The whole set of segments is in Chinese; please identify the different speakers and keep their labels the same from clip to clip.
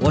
Speaker 1: 我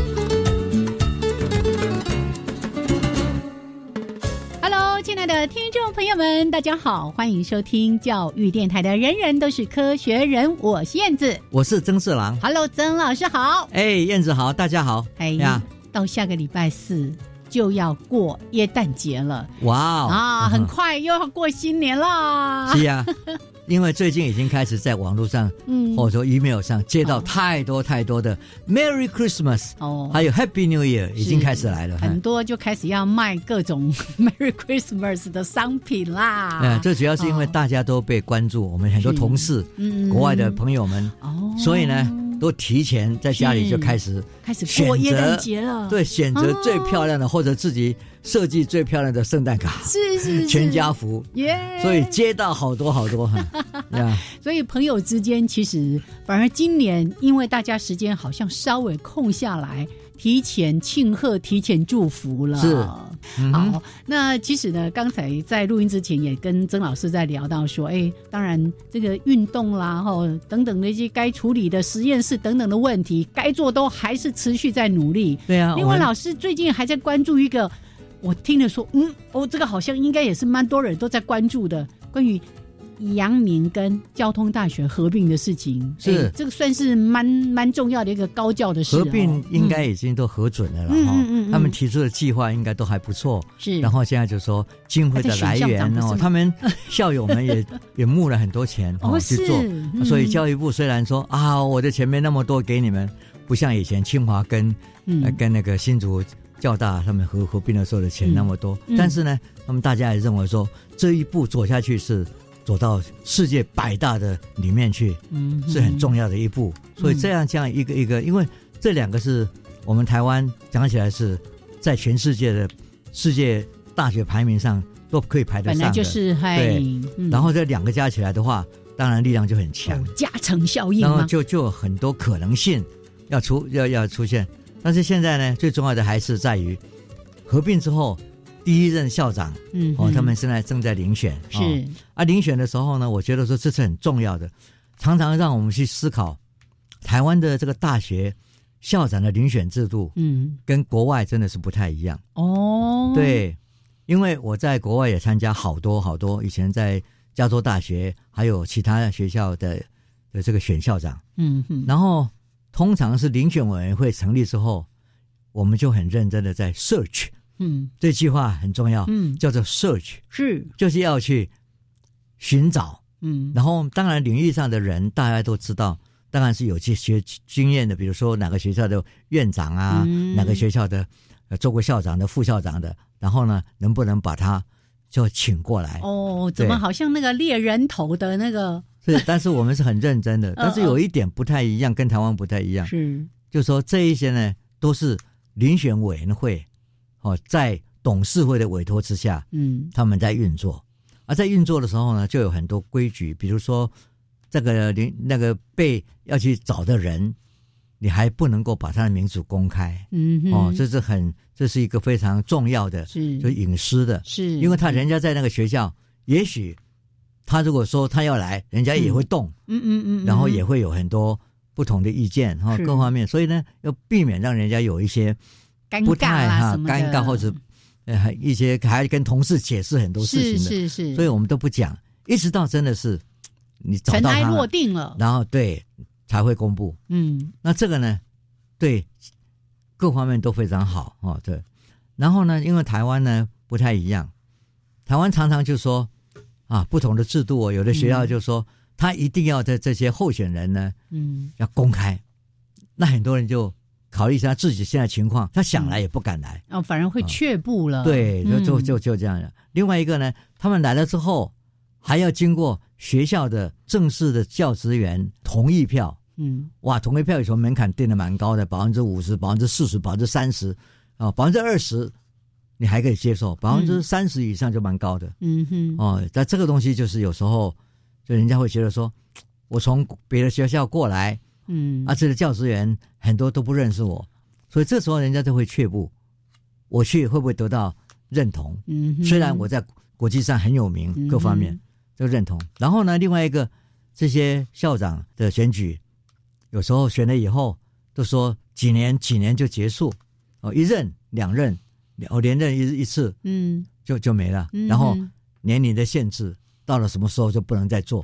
Speaker 2: Hello，亲爱的听众朋友们，大家好，欢迎收听教育电台的《人人都是科学人》，我是燕子。
Speaker 1: 我是曾志郎。
Speaker 2: Hello，曾老师好。
Speaker 1: 哎，燕子好，大家好。
Speaker 2: 哎
Speaker 1: 呀，
Speaker 2: 到下个礼拜四就要过耶诞节了
Speaker 1: 哇哦
Speaker 2: 啊，很
Speaker 1: 嗯
Speaker 2: 快又要过新年啦。
Speaker 1: 是呀、因为最近已经开始在网络上
Speaker 2: 嗯，
Speaker 1: 或者说 email 上接到
Speaker 2: 哦
Speaker 1: 太多太多的 Merry Christmas，、
Speaker 2: 哦，
Speaker 1: 还有 Happy New Year 已经开始来了。
Speaker 2: 很
Speaker 1: 嗯
Speaker 2: 多就开始要卖各种 Merry Christmas 的商品啦。
Speaker 1: 嗯，这主要是因为
Speaker 2: 哦
Speaker 1: 大家都被关注，我们很多
Speaker 2: 是
Speaker 1: 同事、
Speaker 2: 嗯
Speaker 1: 国外的朋友们，
Speaker 2: 哦，
Speaker 1: 所以呢，都提前在家里
Speaker 2: 是
Speaker 1: 就开始
Speaker 2: 开始
Speaker 1: 选
Speaker 2: 过耶诞
Speaker 1: 择
Speaker 2: 节了。，
Speaker 1: 对选择
Speaker 2: 哦
Speaker 1: 最漂亮的、或者自己设计最漂亮的圣诞卡、
Speaker 2: 是是是，
Speaker 1: 全家福，
Speaker 2: 耶。
Speaker 1: 所以接到好多好多 哈呀。
Speaker 2: 所以朋友之间其实反而今年，因为大家时间好像稍微空下来，提前庆贺、提前祝福了。
Speaker 1: 是嗯哼
Speaker 2: 好，那其实呢，刚才在录音之前也跟曾老师在聊到说，哎，当然这个运动啦，吼等等的一些该处理的实验室等等的问题，该做都还是持续在努力。
Speaker 1: 对啊，
Speaker 2: 另
Speaker 1: 我
Speaker 2: 外，
Speaker 1: 们
Speaker 2: 老师最近还在关注一个，我听了说，嗯，哦，这个好像应该也是蛮多人都在关注的，关于阳明跟交通大学合并的事情。
Speaker 1: 是
Speaker 2: 诶这个算是蛮蛮重要的一个高教的事、哦。
Speaker 1: 合并应该已经都核准了了
Speaker 2: 嗯
Speaker 1: 哈、
Speaker 2: 嗯嗯嗯
Speaker 1: 他们提出的计划应该都还不错。
Speaker 2: 嗯是，
Speaker 1: 然后现在就说经费的来
Speaker 2: 还在
Speaker 1: 源
Speaker 2: 选校长不
Speaker 1: 哦
Speaker 2: 是吗，
Speaker 1: 他们校友 们也也募了很多钱
Speaker 2: 哦
Speaker 1: 哦去
Speaker 2: 是
Speaker 1: 做、
Speaker 2: 嗯
Speaker 1: 所以教育部虽然说啊，我的钱没那么多给你们，不像以前清华跟、呃
Speaker 2: 嗯，
Speaker 1: 跟那个新竹教大他们合合并的时候的钱
Speaker 2: 嗯
Speaker 1: 那么多、
Speaker 2: 嗯
Speaker 1: 但是呢，他们大家也认为说这一步走下去是走到世界百大的里面去，
Speaker 2: 嗯
Speaker 1: 是很重要的一步。所以这样这样一个一个，因为这两个是我们台湾讲起来是在全世界的世界大学排名上都可以排得
Speaker 2: 本来
Speaker 1: 上
Speaker 2: 就
Speaker 1: 的。
Speaker 2: 是嗨
Speaker 1: 对，
Speaker 2: 嗯
Speaker 1: 然后这两个加起来的话，当然力量就很强
Speaker 2: 有，加成效应
Speaker 1: 然后
Speaker 2: 嗯吗？
Speaker 1: 就就有很多可能性要出要要出现。但是现在呢，最重要的还是在于合并之后，第一任校长
Speaker 2: 嗯
Speaker 1: 哦，
Speaker 2: 哼
Speaker 1: 他们现在正在遴选，
Speaker 2: 是、
Speaker 1: 哦啊，遴选的时候呢，我觉得说这是很重要的，常常让我们去思考台湾的这个大学校长的遴选制度
Speaker 2: 嗯
Speaker 1: 跟国外真的是不太一样。
Speaker 2: 哦，，
Speaker 1: 对，因为我在国外也参加好多好多，以前在加州大学还有其他学校的的这个选校长，
Speaker 2: 嗯哼，
Speaker 1: 然后通常是遴选委员会成立之后，我们就很认真的在 search
Speaker 2: 嗯
Speaker 1: 这句话很重要，
Speaker 2: 嗯
Speaker 1: 叫做 search，
Speaker 2: 是
Speaker 1: 就是要去寻找。
Speaker 2: 嗯
Speaker 1: 然后，当然领域上的人大家都知道，当然是有些学经验的，比如说哪个学校的院长啊，
Speaker 2: 嗯
Speaker 1: 哪个学校的、呃、做过校长的、副校长的，然后呢，能不能把他就请过来？
Speaker 2: 哦，怎么
Speaker 1: 对
Speaker 2: 好像那个猎人头的那个
Speaker 1: 是，但是我们是很认 真的，
Speaker 2: 嗯
Speaker 1: 但是有一点不太一样，跟台湾不太一样，
Speaker 2: 是
Speaker 1: 就是说这一些呢都是遴选委员会哦，在董事会的委托之下，
Speaker 2: 嗯。
Speaker 1: 他们在运作，而在运作的时候呢，就有很多规矩，比如说这个你那个被要去找的人，你还不能够把他的名字公开、
Speaker 2: 嗯哼，
Speaker 1: 哦，这是很这是一个非常重要的，就是隐私的，
Speaker 2: 是，
Speaker 1: 因为他人家在那个学校，也许他如果说他要来，人家也会动，
Speaker 2: 嗯嗯嗯，嗯
Speaker 1: 然后也会有很多。不同的意见哈，
Speaker 2: 是
Speaker 1: 各方面，所以呢，要避免让人家有一些
Speaker 2: 尴
Speaker 1: 不
Speaker 2: 尬
Speaker 1: 太
Speaker 2: 啊
Speaker 1: 哈
Speaker 2: 什么的
Speaker 1: 尴尬，或者呃一些还跟同事解释很多事情
Speaker 2: 是
Speaker 1: 的，
Speaker 2: 是是，
Speaker 1: 所以我们都不讲，一直到真的是你找
Speaker 2: 尘
Speaker 1: 到
Speaker 2: 埃
Speaker 1: 他
Speaker 2: 落
Speaker 1: 了，
Speaker 2: 定了，
Speaker 1: 然后对才会公布。
Speaker 2: 嗯
Speaker 1: 那这个呢，对各方面都非常好哦，对。然后呢，因为台湾呢不太一样，台湾常常就说啊，不同的制度哦，有的学校就说、他一定要在这些候选人呢
Speaker 2: 嗯
Speaker 1: 要公开，那很多人就考虑一下自己现在情况，他想来也不敢来，
Speaker 2: 哦，反而会
Speaker 1: 啊
Speaker 2: 却步了。
Speaker 1: 对，就就
Speaker 2: 嗯
Speaker 1: 就就这样的。另外一个呢，他们来了之后还要经过学校的正式的教职员同意票，
Speaker 2: 嗯
Speaker 1: 哇，同意票有时候门槛定的蛮高的，百分之五十、百分之四十、百分之三十啊，百分之二十你还可以接受，百分之三十以上就蛮高的、
Speaker 2: 嗯哼，
Speaker 1: 哦。但这个东西就是有时候就人家会觉得说，我从别的学校过来
Speaker 2: 嗯
Speaker 1: 啊，这个教职员很多都不认识我，所以这时候人家就会却步，我去会不会得到认同？
Speaker 2: 嗯哼，
Speaker 1: 虽然我在国际上很有
Speaker 2: 嗯
Speaker 1: 名，
Speaker 2: 哼
Speaker 1: 各方面都认同。然后呢，另外一个，这些校长的选举，有时候选了以后都说几年几年就结束，哦，一任两任，哦，连任一一次
Speaker 2: 嗯，
Speaker 1: 就就没了
Speaker 2: 嗯，
Speaker 1: 然后
Speaker 2: 哼
Speaker 1: 年龄的限制到了什么时候就不能再做，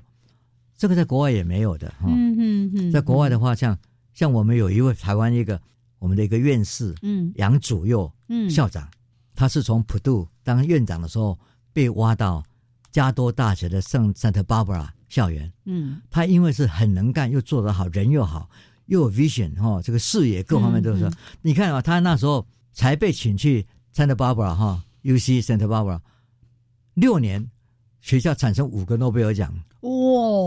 Speaker 1: 这个在国外也没有的哈。
Speaker 2: 嗯哼哼，
Speaker 1: 哦在国外的
Speaker 2: 话，
Speaker 1: 话，像像我们有一位台湾一个我们的一个院士
Speaker 2: 嗯
Speaker 1: 杨祖佑，
Speaker 2: 嗯，
Speaker 1: 校长，他是从普渡当院长的时候被挖到加州大学的圣 Santa Barbara 校园。
Speaker 2: 嗯
Speaker 1: 他因为是很能干，又做得好，人又好，又有 vision 哈、这个视野各方面都是。
Speaker 2: 嗯嗯
Speaker 1: 你看啊，他那时候才被请去 Santa Barbara 哈、UC Santa Barbara 六年。学校产生五个诺贝尔奖，
Speaker 2: 哇，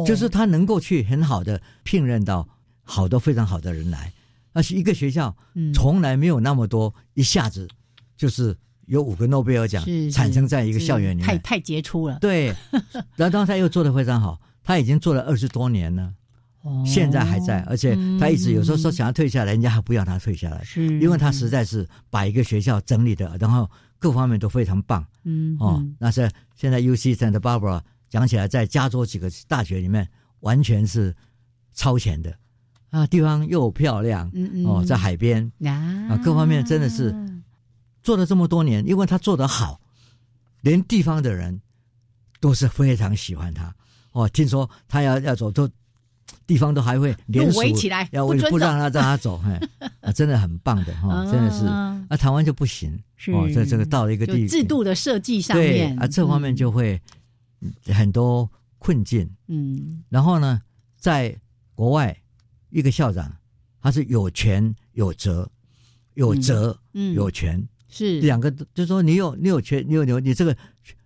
Speaker 1: 就是他能够去很好的聘任到好多非常好的人来，而是一个学校
Speaker 2: 嗯
Speaker 1: 从来没有那么多一下子就是有五个诺贝尔奖
Speaker 2: 是是
Speaker 1: 产生在一个
Speaker 2: 嗯是
Speaker 1: 校园里
Speaker 2: 太
Speaker 1: 面。
Speaker 2: 太杰出了。
Speaker 1: 对，然后他又做得非常好，他已经做了二十多年了，
Speaker 2: 哦
Speaker 1: 现在还在，而且他一直有时候说
Speaker 2: 嗯
Speaker 1: 想要退下来，人家还不要他退下来，
Speaker 2: 是
Speaker 1: 因为他实在是把一个学校整理的，然后各方面都非常棒
Speaker 2: 嗯
Speaker 1: 哦。
Speaker 2: 嗯
Speaker 1: 那是现在 U C Santa Barbara 讲起来，在加州几个大学里面完全是超前的啊，地方又漂亮
Speaker 2: 嗯嗯
Speaker 1: 哦，在海边，
Speaker 2: 啊
Speaker 1: 啊各方面真的是做了这么多年，因为他做得好，连地方的人都是非常喜欢他。哦，听说他要要走，都地方都还会联
Speaker 2: 又
Speaker 1: 署
Speaker 2: 围起来
Speaker 1: 要
Speaker 2: 不
Speaker 1: 围
Speaker 2: 准
Speaker 1: 不
Speaker 2: 走
Speaker 1: 让他让 他走，嘿，啊，真的很棒的哈、
Speaker 2: 啊
Speaker 1: 真的是。啊，台湾就不行
Speaker 2: 是
Speaker 1: 哦，在这个到了一个
Speaker 2: 就
Speaker 1: 地
Speaker 2: 制度的设计上
Speaker 1: 对
Speaker 2: 面
Speaker 1: 啊，这方面就会很多困境。
Speaker 2: 嗯
Speaker 1: 然后呢，在国外，一个校长他是有权有责，有责、
Speaker 2: 嗯
Speaker 1: 有权。
Speaker 2: 是
Speaker 1: 两个都就是说你有你有权，你有你有你这个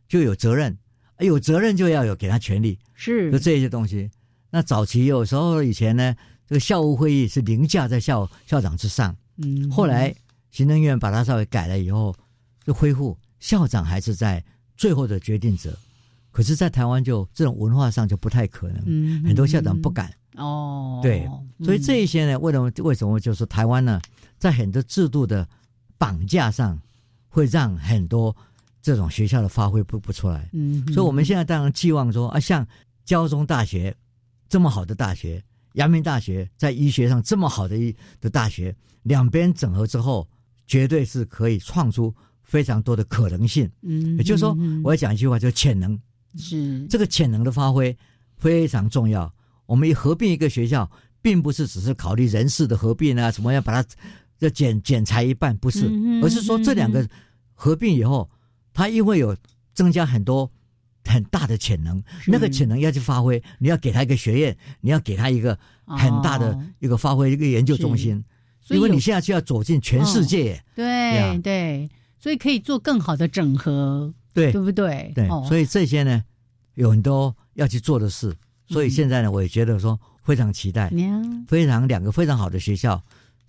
Speaker 1: 就有责任，有责任就要有给他权利，
Speaker 2: 是
Speaker 1: 就这些东西。那早期有时候以前呢，这个校务会议是凌驾在校校长之上，
Speaker 2: 嗯
Speaker 1: 后来行政院把它稍微改了以后，就恢复校长还是在最后的决定者。可是，在台湾就这种文化上就不太可能，
Speaker 2: 嗯
Speaker 1: 很多校长不敢。
Speaker 2: 哦
Speaker 1: 对所以这
Speaker 2: 嗯
Speaker 1: 一些呢，为什么为什么就是台湾呢，在很多制度的绑架上，会让很多这种学校的发挥不不出来。
Speaker 2: 嗯
Speaker 1: 所以我们现在当然寄望说啊，像交中大学这么好的大学，阳明大学在医学上这么好的医的大学，两边整合之后，绝对是可以创出非常多的可能性。
Speaker 2: 嗯
Speaker 1: 也就是说
Speaker 2: 嗯，
Speaker 1: 我要讲一句话，就是潜能。
Speaker 2: 是
Speaker 1: 这个潜能的发挥非常重要。我们一合并一个学校，并不是只是考虑人事的合并啊，什么要把它要减减裁一半，不是，
Speaker 2: 嗯哼
Speaker 1: 而是说这两个合并以后，它因为有增加很多很大的潜能，
Speaker 2: 是
Speaker 1: 那个潜能要去发挥，你要给他一个学院，你要给他一个很大的
Speaker 2: 哦
Speaker 1: 一个发挥，一个研究中心，
Speaker 2: 所以
Speaker 1: 因为
Speaker 2: 有嗯
Speaker 1: 你现在就要走进全世界，
Speaker 2: 对
Speaker 1: 呀
Speaker 2: 对，所以可以做更好的整合，
Speaker 1: 对
Speaker 2: 对不对？
Speaker 1: 对，
Speaker 2: 哦
Speaker 1: 所以这些呢有很多要去做的事，所以
Speaker 2: 嗯
Speaker 1: 现在呢，我也觉得说非常期待。
Speaker 2: 娘，
Speaker 1: 非常两个非常好的学校，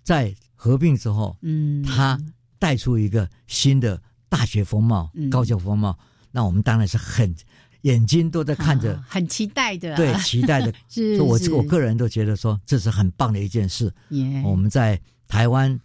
Speaker 1: 在合并之后，
Speaker 2: 嗯，
Speaker 1: 它带出一个新的大学风貌、
Speaker 2: 嗯
Speaker 1: 高教风貌。那我们当然是很眼睛都在看着，
Speaker 2: 啊很期待的啊，
Speaker 1: 对，期待的。
Speaker 2: 是，
Speaker 1: 所以我
Speaker 2: 是
Speaker 1: 我个人哦都觉得说，这是很棒的一件事。
Speaker 2: 耶，
Speaker 1: 我们在台湾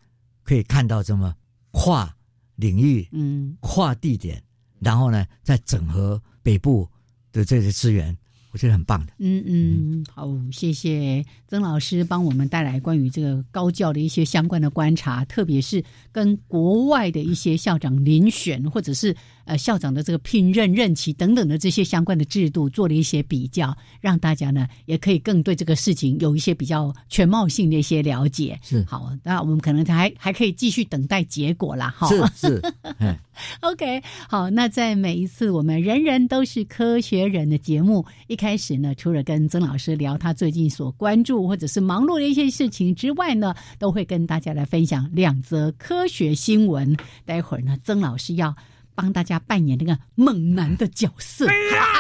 Speaker 1: 可以看到这么跨领域、
Speaker 2: 嗯
Speaker 1: 跨地点，然后呢，再整合北部的这些资源，我觉得很棒的。
Speaker 2: 嗯嗯，好，谢谢曾老师帮我们带来关于这个高教的一些相关的观察，特别是跟国外的一些校长遴选，或者是呃校长的这个聘任、任期等等的这些相关的制度做了一些比较，让大家呢也可以更对这个事情有一些比较全貌性的一些了解。
Speaker 1: 是
Speaker 2: 好，那我们可能还还可以继续等待结果啦，哈。
Speaker 1: 是是，哎，
Speaker 2: OK，好，那在每一次我们“人人都是科学人”的节目一开始呢，除了跟曾老师聊他最近所关注或者是忙碌的一些事情之外呢，都会跟大家来分享两则科学新闻。待会儿呢，曾老师要帮大家扮演那个猛男的角色。啊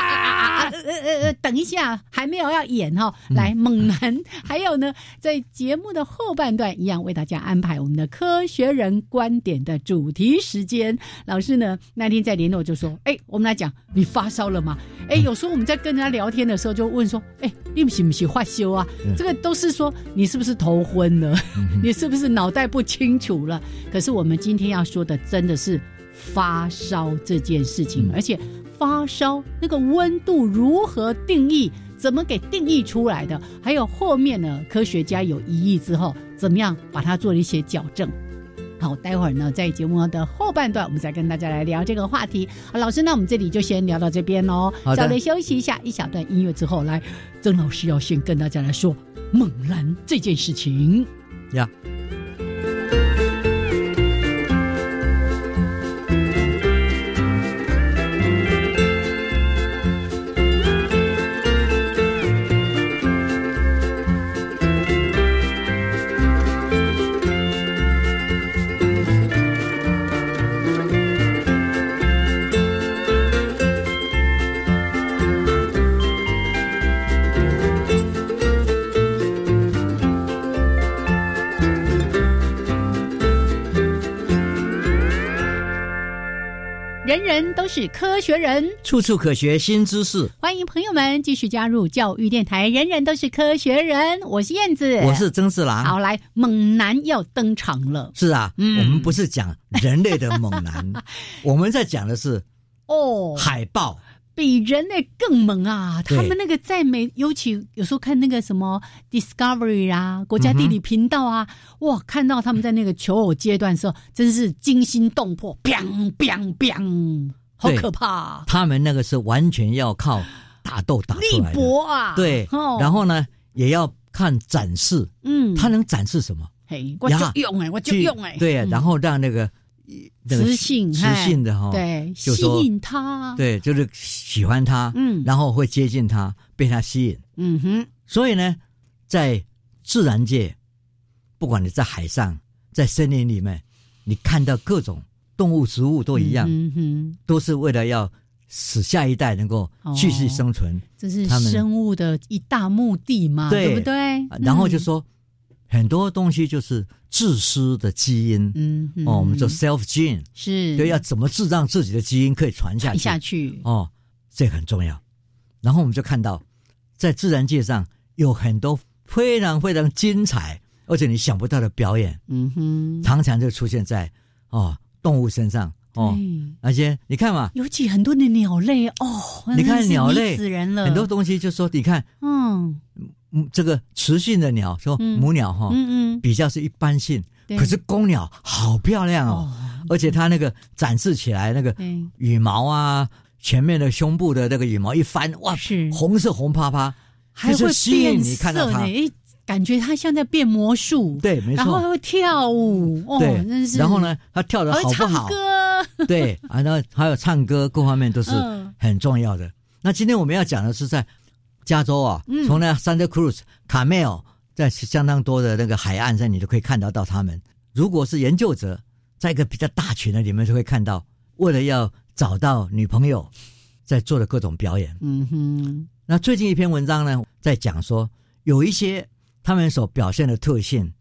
Speaker 2: 呃呃呃，等一下，还没有要演哈、哦。来，猛男，还有呢，在节目的后半段一样为大家安排我们的科学人观点的主题时间。老师呢那天在联络就说，哎，我们来讲，你发烧了吗？哎，有时候我们在跟人家聊天的时候就问说，哎，你们喜不喜欢修啊？这个都是说你是不是头昏了？
Speaker 1: 嗯
Speaker 2: 你是不是脑袋不清楚了？可是我们今天要说的真的是发烧这件事
Speaker 1: 嗯
Speaker 2: 情，而且。发烧那个温度如何定义？怎么给定义出来的？还有后面呢？科学家有疑义之后，怎么样把它做了一些矫正？好，待会儿呢，在节目的后半段，我们再跟大家来聊这个话题。好老师，那我们这里就先聊到这边喽，
Speaker 1: 好的
Speaker 2: 稍微休息一下，一小段音乐之后，来，曾老师要先跟大家来说猛男这件事情。
Speaker 1: 呀。
Speaker 2: 人人都是科学人，
Speaker 1: 处处可学新知识。
Speaker 2: 欢迎朋友们继续加入教育电台，人人都是科学人，我是燕子，
Speaker 1: 我是曾志
Speaker 2: 好
Speaker 1: 郎。
Speaker 2: 来，猛男要登场了
Speaker 1: 是啊，
Speaker 2: 嗯
Speaker 1: 我们不是讲人类的猛男， 我们在讲的是
Speaker 2: 哦，
Speaker 1: 海豹。
Speaker 2: 比人类更猛啊！
Speaker 1: 对
Speaker 2: 他们那个在美，尤其有时候看那个什么 Discovery
Speaker 1: 嗯
Speaker 2: 啊，国家地理频道啊，哇，看到他们在那个求偶阶段的时候，真是惊心动魄，biang biang biang，好
Speaker 1: 对
Speaker 2: 可怕、啊，
Speaker 1: 他们那个是完全要靠打斗打出
Speaker 2: 力
Speaker 1: 来的，
Speaker 2: 搏啊！
Speaker 1: 对，
Speaker 2: 哦、
Speaker 1: 然后呢，也要看展示，
Speaker 2: 嗯，
Speaker 1: 他能展示什么？
Speaker 2: 嘿，我就
Speaker 1: 呀
Speaker 2: 用哎，我就
Speaker 1: 去
Speaker 2: 用哎，
Speaker 1: 对，
Speaker 2: 嗯
Speaker 1: 然后让那个那个
Speaker 2: 雌性
Speaker 1: 雌
Speaker 2: 嗨
Speaker 1: 性的哈，
Speaker 2: 对
Speaker 1: 哦就
Speaker 2: 吸
Speaker 1: 说
Speaker 2: 引他，，
Speaker 1: 对，就是喜欢他，
Speaker 2: 啊嗯
Speaker 1: 然后会接近他，被他吸引。
Speaker 2: 嗯哼，
Speaker 1: 所以呢，在自然界，不管你在海上，在森林里面，你看到各种动物、植物都一样，
Speaker 2: 嗯哼，
Speaker 1: 都是为了要使下一代能够
Speaker 2: 哦
Speaker 1: 继续生存。
Speaker 2: 这是
Speaker 1: 他们
Speaker 2: 生物的一大目的嘛，
Speaker 1: 对
Speaker 2: 不对
Speaker 1: 啊？然后
Speaker 2: 嗯
Speaker 1: 就说、很多东西就是自私的基因，
Speaker 2: 嗯哼
Speaker 1: 哦，我们说 self gene，
Speaker 2: 是
Speaker 1: 对，要怎么制让自己的基因可以传下
Speaker 2: 看
Speaker 1: 去？
Speaker 2: 下去，
Speaker 1: 哦，这个很重要。然后我们就看到，在自然界上有很多非常非常精彩，而且你想不到的表演，
Speaker 2: 嗯哼，
Speaker 1: 常常就出现在哦动物身上哦。
Speaker 2: 对
Speaker 1: 而且你看嘛，
Speaker 2: 尤其很多的鸟类哦，
Speaker 1: 你看
Speaker 2: 真是
Speaker 1: 鸟类
Speaker 2: 迷死人了，
Speaker 1: 很多东西就说，你看
Speaker 2: 嗯
Speaker 1: 嗯这个雌性的鸟，说
Speaker 2: 嗯
Speaker 1: 母鸟哈、哦
Speaker 2: 嗯嗯，
Speaker 1: 比较是一般性，
Speaker 2: 对
Speaker 1: 可是公鸟好漂亮哦，
Speaker 2: 哦，
Speaker 1: 而且它那个展示起来那个
Speaker 2: 对，
Speaker 1: 羽毛啊，前面的胸部的那个羽毛一翻，哇，
Speaker 2: 是
Speaker 1: 红色红啪啪，
Speaker 2: 嗯还
Speaker 1: 啊哦就
Speaker 2: 会
Speaker 1: 是吸引
Speaker 2: 变
Speaker 1: 你看到
Speaker 2: 色呢，
Speaker 1: 它。
Speaker 2: 诶感觉它像在变魔术，
Speaker 1: 对，没
Speaker 2: 然后还
Speaker 1: 错，
Speaker 2: 会跳舞，哦，
Speaker 1: 对
Speaker 2: 真是，
Speaker 1: 然后？呢，它跳的
Speaker 2: 还
Speaker 1: 好
Speaker 2: 会
Speaker 1: 不
Speaker 2: 唱
Speaker 1: 好？
Speaker 2: 歌，
Speaker 1: 对，啊，那还有唱歌各方面都是
Speaker 2: 嗯
Speaker 1: 很重要的。那今天我们要讲的是在加州啊，
Speaker 2: 嗯
Speaker 1: 从那 Santa Cruz、卡梅尔，在相当多的那个海岸上，你都可以看得到他们。如果是研究者，在一个比较大群的里面，就会看到，为了要找到女朋友，在做的各种表演。
Speaker 2: 嗯哼，
Speaker 1: 那最近一篇文章呢，在讲说有一些他们所表现的特性，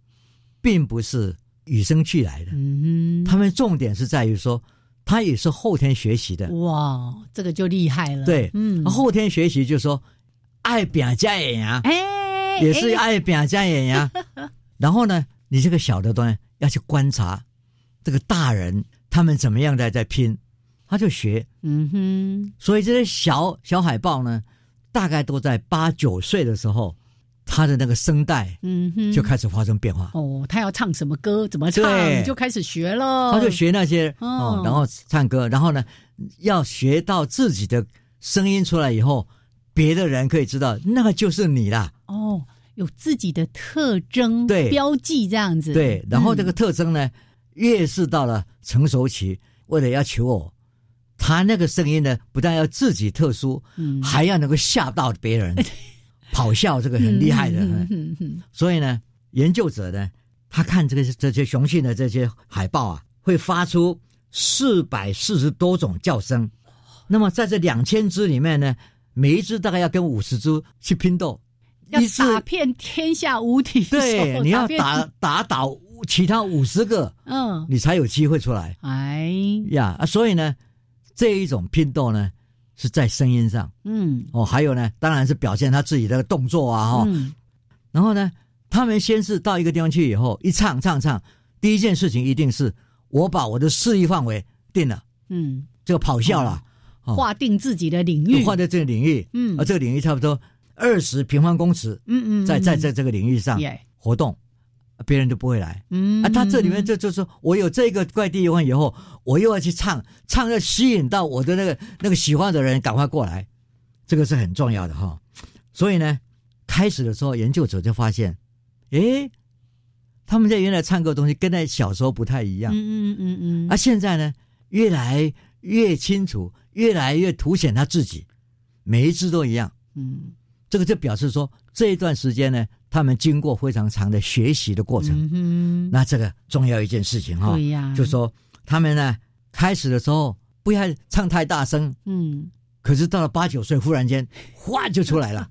Speaker 1: 并不是与生俱来的，
Speaker 2: 嗯
Speaker 1: 他们重点是在于说，它也是后天学习的
Speaker 2: 哼，。哇，这个就厉害了，
Speaker 1: 对
Speaker 2: 嗯，
Speaker 1: 后天学习就是说爱表加演呀，
Speaker 2: 哎，
Speaker 1: 啊也是
Speaker 2: 哎
Speaker 1: 爱表加演呀。啊 然后呢，你这个小的东西要去观察这个大人他们怎么样在在拼，他就学。
Speaker 2: 嗯哼，
Speaker 1: 所以这些小小海豹呢，大概都在八九岁的时候，他的那个声带。
Speaker 2: 嗯哼，
Speaker 1: 就开始发生变化。
Speaker 2: 哦，他要唱什么歌，怎么唱
Speaker 1: 对，
Speaker 2: 就开始学了。
Speaker 1: 他就学那些
Speaker 2: 哦
Speaker 1: 哦，然后唱歌，然后呢，要学到自己的声音出来以后，别的人可以知道那个就是你啦。
Speaker 2: 哦，有自己的特征，
Speaker 1: 对
Speaker 2: 标记这样子。
Speaker 1: 对，然后这个
Speaker 2: 嗯
Speaker 1: 特征呢，越是到了成熟期，为了要求偶，他那个声音呢，不但要自己特殊，
Speaker 2: 嗯，
Speaker 1: 还要能够吓到 别人，咆哮这个很厉害的。
Speaker 2: 嗯嗯嗯
Speaker 1: 所以呢，研究者呢，他看这个这些雄性的这些海豹啊，会发出四百四十多种叫声。那么在这两千只里面呢，每一只大概要跟五十只去拼斗，
Speaker 2: 要
Speaker 1: 一次
Speaker 2: 打遍天下无敌手，
Speaker 1: 对，你要
Speaker 2: 遍
Speaker 1: 打打倒其他五十个，
Speaker 2: 嗯，
Speaker 1: 你才有机会出来
Speaker 2: 哎，
Speaker 1: 呀。啊，所以呢，这一种拼斗呢，是在声音上
Speaker 2: 嗯，
Speaker 1: 哦，还有呢，当然是表现他自己的动作啊，哈、哦。
Speaker 2: 嗯
Speaker 1: 然后呢，他们先是到一个地方去以后，一唱唱唱，第一件事情一定是我把我的势力范围定了，
Speaker 2: 嗯，
Speaker 1: 这个咆哮了，哦
Speaker 2: 划定自己的领域，
Speaker 1: 划在这个领域，
Speaker 2: 嗯
Speaker 1: 而这个领域差不多二十平方公尺，
Speaker 2: 嗯嗯，
Speaker 1: 在在
Speaker 2: 这，
Speaker 1: 在这个领域上
Speaker 2: 耶，
Speaker 1: 活动，啊别人就不会来。
Speaker 2: 嗯，
Speaker 1: 啊，他这里面就就说我有这个怪地方以后，我又要去唱，唱要吸引到我的那个那个喜欢的人赶快过来，这个是很重要的哈。所以呢，开始的时候研究者就发现，诶，他们在原来唱歌的东西跟在小时候不太一样，啊
Speaker 2: 嗯嗯嗯嗯，
Speaker 1: 而现在呢，越来越清楚，越来越凸显他自己，每一支都一样。
Speaker 2: 嗯，
Speaker 1: 这个就表示说，这一段时间呢，他们经过非常长的学习的过程。
Speaker 2: 嗯
Speaker 1: 那这个重要一件事情哈、
Speaker 2: 哼，对呀，
Speaker 1: 就说他们呢，开始的时候不要唱太大声，
Speaker 2: 嗯，
Speaker 1: 可是到了八九岁，忽然间哗就出来了。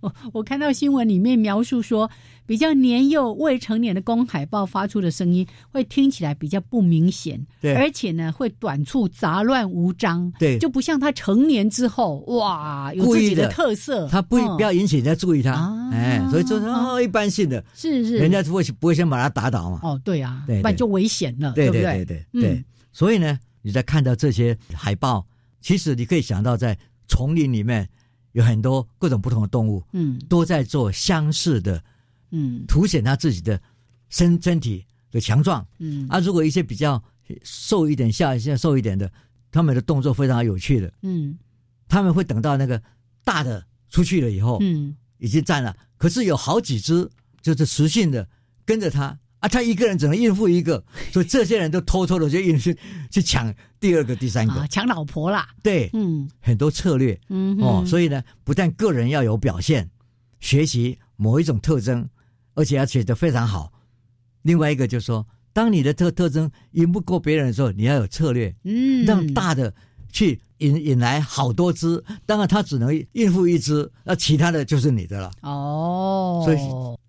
Speaker 2: 我我看到新闻里面描述说，比较年幼未成年的公海豹发出的声音会听起来比较不明显，
Speaker 1: 对
Speaker 2: 而且呢会短促、杂乱无章，
Speaker 1: 对，
Speaker 2: 就不像他成年之后，哇，有
Speaker 1: 故
Speaker 2: 自
Speaker 1: 意
Speaker 2: 己的
Speaker 1: 的
Speaker 2: 特色，
Speaker 1: 他不
Speaker 2: 嗯
Speaker 1: 不要引起人家注意
Speaker 2: 啊
Speaker 1: 他，哎，所以就是哦，一般性的，
Speaker 2: 是是，
Speaker 1: 人家不会不会先把他打倒嘛。
Speaker 2: 哦，对啊，
Speaker 1: 对对
Speaker 2: 不然就危险了，
Speaker 1: 对
Speaker 2: 不
Speaker 1: 对
Speaker 2: 对
Speaker 1: 对对
Speaker 2: 嗯
Speaker 1: 对，所以呢，你在看到这些海豹，其实你可以想到，在丛林里面有很多各种不同的动物
Speaker 2: 嗯
Speaker 1: 都在做相似的，
Speaker 2: 嗯
Speaker 1: 凸显它自己的身身体的强壮。
Speaker 2: 嗯
Speaker 1: 啊，如果一些比较瘦一点、下一下瘦一点的，他们的动作非常有趣的，
Speaker 2: 嗯
Speaker 1: 他们会等到那个大的出去了以后，
Speaker 2: 嗯
Speaker 1: 已经站了，可是有好几只就是雌性的跟着他啊，他一个人只能应付一个，所以这些人都偷偷的就应去去抢第二个、第三个，
Speaker 2: 啊，抢老婆啦，
Speaker 1: 对，
Speaker 2: 嗯
Speaker 1: 很多策略
Speaker 2: 嗯哼
Speaker 1: 哦，所以呢，不但个人要有表现，学习某一种特征，而且要学得非常好。另外一个就是说，当你的特特征赢不过别人的时候，你要有策略，
Speaker 2: 嗯
Speaker 1: 让大的去引引来好多只，当然它只能应付一只，那其他的就是你的了。
Speaker 2: 哦，
Speaker 1: 所以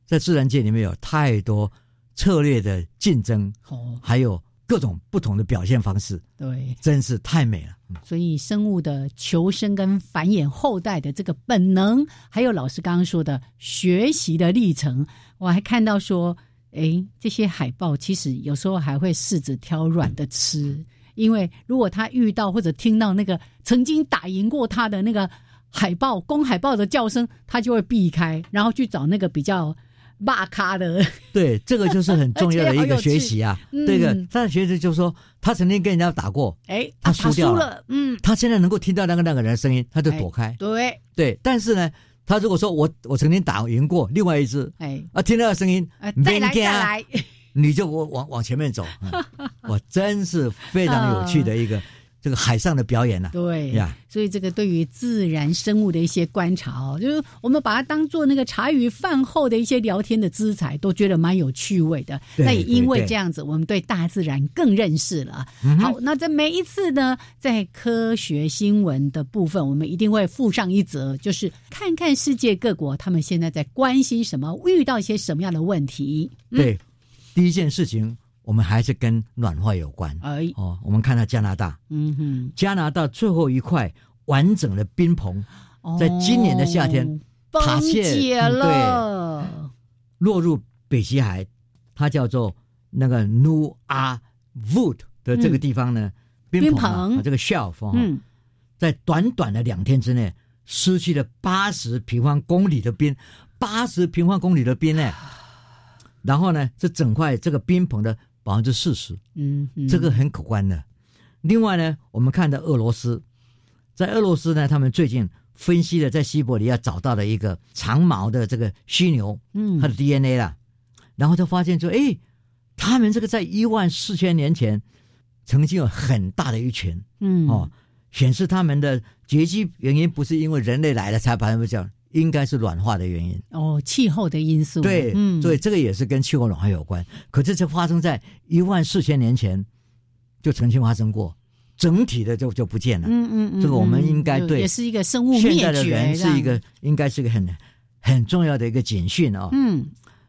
Speaker 1: 在自然界里面有太多策略的竞争，
Speaker 2: 哦
Speaker 1: 还有各种不同的表现方式，
Speaker 2: 对，
Speaker 1: 真是太美了。嗯
Speaker 2: 所以生物的求生跟繁衍后代的这个本能，还有老师刚刚说的学习的历程，我还看到说，诶，这些海豹其实有时候还会试着挑软的吃，因为如果他遇到或者听到那个曾经打赢过他的那个海豹公海豹的叫声，他就会避开，然后去找那个比较霸咖的，
Speaker 1: 对，这个就是很重要的 一
Speaker 2: 而且好
Speaker 1: 个
Speaker 2: 有趣
Speaker 1: 学习啊。
Speaker 2: 嗯
Speaker 1: 这个他的学习就是说，他曾经跟人家打过，
Speaker 2: 诶，
Speaker 1: 他
Speaker 2: 啊
Speaker 1: 输掉了
Speaker 2: 了，嗯，
Speaker 1: 他现在能够听到那个那个人的声音，他就
Speaker 2: 哎
Speaker 1: 躲开。
Speaker 2: 对，
Speaker 1: 对，但是呢，他如果说我我曾经打赢过另外一只
Speaker 2: 哎，
Speaker 1: 啊，听到声音
Speaker 2: 哎，，
Speaker 1: 你
Speaker 2: 再
Speaker 1: 别
Speaker 2: 来再
Speaker 1: 怕啊
Speaker 2: 来，
Speaker 1: 你就我往往前面 走。嗯我真是非常有趣的一个这个海上的表演呐。
Speaker 2: 嗯
Speaker 1: 啊
Speaker 2: 对
Speaker 1: 呀，
Speaker 2: 所以这个对于自然生物的一些观察哦，就是我们把它当做那个茶余饭后的一些聊天的资材，都觉得蛮有趣味的。
Speaker 1: 对
Speaker 2: 那也因为
Speaker 1: 对对
Speaker 2: 这样子，我们对大自然更认识了。
Speaker 1: 嗯
Speaker 2: 好，那在每一次呢，在科学新闻的部分，我们一定会附上一则，就是看看世界各国他们现在在关心什么，遇到一些什么样的问题。
Speaker 1: 对，第一件事情我们还是跟暖化有关。
Speaker 2: 哎，
Speaker 1: 哦，我们看到加拿大，
Speaker 2: 嗯哼，
Speaker 1: 加拿大最后一块完整的冰棚在今年的夏天
Speaker 2: 哦
Speaker 1: 塔
Speaker 2: 崩
Speaker 1: 切
Speaker 2: 解
Speaker 1: 嗯对
Speaker 2: 了。
Speaker 1: 落入北极海，它叫做那个 Nu A Wood 的这个地方呢，冰
Speaker 2: 嗯
Speaker 1: 棚,、啊
Speaker 2: 冰棚
Speaker 1: 啊这个 shelf 哦，
Speaker 2: 嗯，
Speaker 1: 在短短的两天之内失去了八十平方公里的冰，八十平方公里的冰 呢，然后呢，这整块这个冰棚的百分之四十，
Speaker 2: 嗯哼，
Speaker 1: 这个很可观的。另外呢，我们看到俄罗斯，在俄罗斯呢，他们最近分析了在西伯利亚找到了一个长毛的这个犀牛，
Speaker 2: 嗯
Speaker 1: 它的 DNA 啦，然后就发现说，哎，他们这个在一万四千年前曾经有很大的一群
Speaker 2: 嗯，
Speaker 1: 哦，显示他们的绝迹原因不是因为人类来了才把他们这样，应该是软化的原因。
Speaker 2: 哦，气候的因素，
Speaker 1: 对，
Speaker 2: 嗯，
Speaker 1: 所以，这个也是跟气候暖化有关。可是这发生在一万四千年前就曾经发生过，整体的就就不见了。
Speaker 2: 嗯嗯嗯，
Speaker 1: 这个我们应该
Speaker 2: 嗯
Speaker 1: 对
Speaker 2: 也是一个生物灭绝，
Speaker 1: 现在的人
Speaker 2: 这样
Speaker 1: 是一，个应该是个很很重要的一个警讯啊、
Speaker 2: 嗯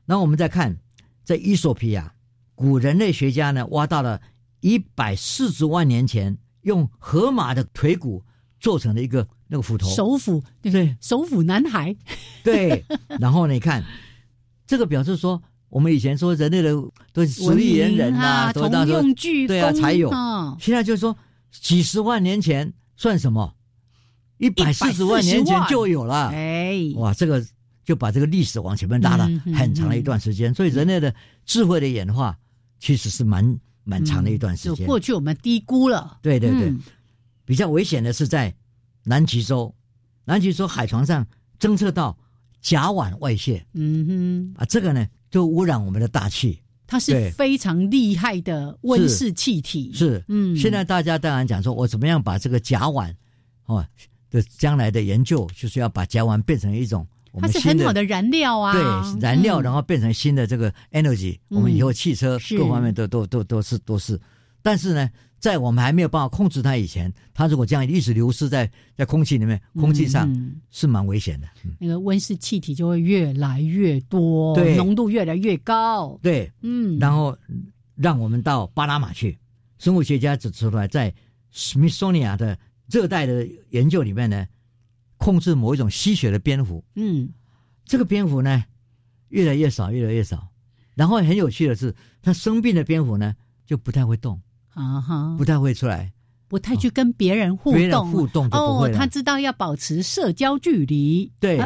Speaker 1: 那我们再看，在伊索比亚，古人类学家呢挖到了一百四十万年前用河马的腿骨做成的一个那个斧头，
Speaker 2: 首府
Speaker 1: 对
Speaker 2: 首府男孩，
Speaker 1: 对。然后呢你看，这个表示说，我们以前说人类的都是
Speaker 2: 文
Speaker 1: 直立人
Speaker 2: 明
Speaker 1: 人
Speaker 2: 啊，
Speaker 1: 都
Speaker 2: 同
Speaker 1: 那时候
Speaker 2: 用具
Speaker 1: 对啊
Speaker 2: 工
Speaker 1: 才有
Speaker 2: 啊
Speaker 1: 现在就是说几十万年前算什么？一百四十万年前就有了。
Speaker 2: 哎，
Speaker 1: 啊哇，这个就把这个历史往前面拉了
Speaker 2: 嗯嗯
Speaker 1: 很长的一段时间，所以人类的智慧的演化其实是蛮蛮长的一段
Speaker 2: 嗯
Speaker 1: 时
Speaker 2: 就
Speaker 1: 间。
Speaker 2: 过去我们低估了，
Speaker 1: 对对对，
Speaker 2: 嗯
Speaker 1: 比较危险的是在南极洲，南极洲海床上侦测到甲烷外泄
Speaker 2: 嗯哼，
Speaker 1: 啊，这个呢就污染我们的大气。
Speaker 2: 它是
Speaker 1: 对
Speaker 2: 非常厉害的温室气体，，
Speaker 1: 是，
Speaker 2: 嗯，
Speaker 1: 现在大家当然讲说我怎么样把这个甲烷，哦的将来的研究就是要把甲烷变成一种我
Speaker 2: 它
Speaker 1: 们
Speaker 2: 是
Speaker 1: 新
Speaker 2: 很
Speaker 1: 的
Speaker 2: 好的燃料啊，
Speaker 1: 对，燃料，
Speaker 2: 嗯
Speaker 1: 然后变成新的这个 energy，、
Speaker 2: 嗯
Speaker 1: 我们以后汽车
Speaker 2: 是
Speaker 1: 各方面都都都都是都是。但是呢，在我们还没有办法控制它以前，它如果这样一直流失在在空气里面，空气
Speaker 2: 嗯
Speaker 1: 上
Speaker 2: 嗯
Speaker 1: 是蛮危险的。嗯，
Speaker 2: 那个温室气体就会越来越多，
Speaker 1: 对
Speaker 2: 浓度越来越高，
Speaker 1: 对。
Speaker 2: 嗯，
Speaker 1: 然后让我们到巴拿马去，生物学家指出来，在 Smithsonian 啊的热带的研究里面呢，控制某一种吸血的蝙蝠，
Speaker 2: 嗯，
Speaker 1: 这个蝙蝠呢越来越少，越来越少。然后很有趣的是，它生病的蝙蝠呢就不太会动，
Speaker 2: 啊哈，
Speaker 1: 不太会出来，
Speaker 2: 不太去跟别人互
Speaker 1: 别人
Speaker 2: 动，
Speaker 1: 互动就不
Speaker 2: 哦
Speaker 1: 会，了。
Speaker 2: 他知道要保持社交距离，
Speaker 1: 对，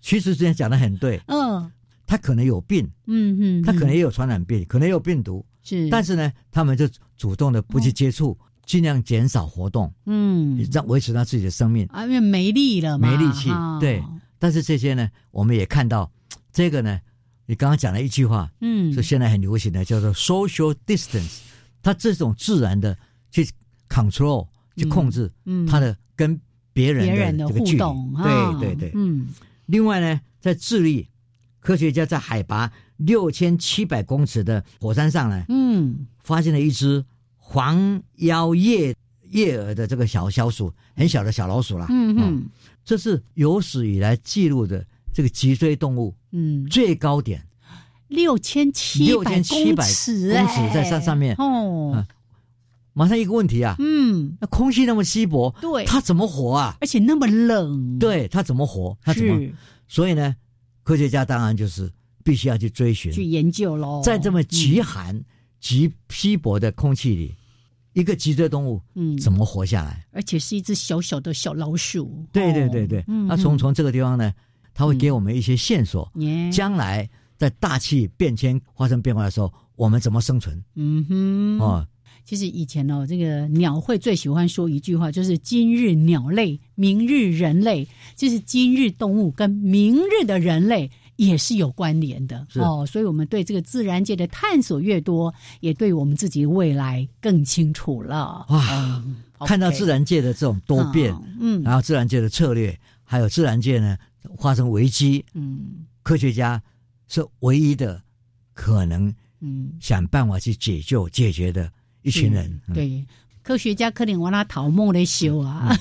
Speaker 1: 其实之前讲的很对，
Speaker 2: 嗯
Speaker 1: 它可能有病，
Speaker 2: 嗯嗯，
Speaker 1: 它可能
Speaker 2: 嗯
Speaker 1: 也有传染病，可能也有病毒，
Speaker 2: 是，
Speaker 1: 但是呢，他们就主动的不去接触，尽量减少活动，
Speaker 2: 嗯
Speaker 1: 让维持它自己的生命。
Speaker 2: 啊，因为没力了嘛，
Speaker 1: 没力气
Speaker 2: 哈
Speaker 1: 对但是这些呢，我们也看到，这个呢，你刚刚讲了一句话，
Speaker 2: 嗯，
Speaker 1: 是现在很流行的，叫做 social distance。它这种自然的去 control 去控制
Speaker 2: 嗯
Speaker 1: 它的跟
Speaker 2: 别
Speaker 1: 别人
Speaker 2: 人
Speaker 1: 的
Speaker 2: 的
Speaker 1: 这个距
Speaker 2: 互
Speaker 1: 离
Speaker 2: 动，，啊
Speaker 1: 对对对。
Speaker 2: 嗯
Speaker 1: 另外呢，在智利，科学家在海拔六千七百公尺的火山上呢，
Speaker 2: 嗯，
Speaker 1: 发现了一只黄腰叶叶耳的这个小小鼠，很小的小老鼠啦。
Speaker 2: 嗯
Speaker 1: 哦
Speaker 2: 哼，
Speaker 1: 这是有史以来记录的这个脊椎动物
Speaker 2: 嗯，
Speaker 1: 最高点
Speaker 2: 六千七
Speaker 1: 六
Speaker 2: 百
Speaker 1: 千七百
Speaker 2: 尺，
Speaker 1: 公尺在山上面
Speaker 2: 哎哦
Speaker 1: 啊，马上一个问题啊，
Speaker 2: 嗯，
Speaker 1: 那空气那么稀薄，
Speaker 2: 对，
Speaker 1: 它怎么活啊？
Speaker 2: 而且那么冷，，
Speaker 1: 对，它怎么活？它怎么？
Speaker 2: 是
Speaker 1: 所以呢，科学家当然就是必须要去追
Speaker 2: 去
Speaker 1: 寻，
Speaker 2: 研究喽，
Speaker 1: 在这么极
Speaker 2: 嗯
Speaker 1: 寒、极稀薄的空气里，一个脊椎动物
Speaker 2: 嗯，
Speaker 1: 怎
Speaker 2: 么，
Speaker 1: 么活下来？
Speaker 2: 而且是一只小小的小老鼠，
Speaker 1: 对
Speaker 2: 哦
Speaker 1: 对对对，
Speaker 2: 嗯，
Speaker 1: 那从
Speaker 2: 嗯
Speaker 1: 从这个地方呢，它会给我们一些线索，
Speaker 2: 耶，
Speaker 1: 将来在大气变迁发生变化的时候，我们怎么生存？
Speaker 2: 嗯哼，
Speaker 1: 哦，
Speaker 2: 其实以前哦，这个鸟会最喜欢说一句话，就是“今日鸟类，明日人类”，就是今日动物跟明日的人类。也是有关联的
Speaker 1: 是
Speaker 2: 哦，所以我们对这个自然界的探索越多，也对我们自己未来更清楚了。
Speaker 1: 哇
Speaker 2: 嗯
Speaker 1: 看到自然界的这种多变，，
Speaker 2: OK 嗯
Speaker 1: 然后自然界的策略，还有自然界呢发生危机，
Speaker 2: 嗯
Speaker 1: 科学家是唯一的可能
Speaker 2: 嗯，
Speaker 1: 想办法去解救解决的一群人。
Speaker 2: 嗯
Speaker 1: 嗯，
Speaker 2: 对。科学家可能往他逃梦的修啊，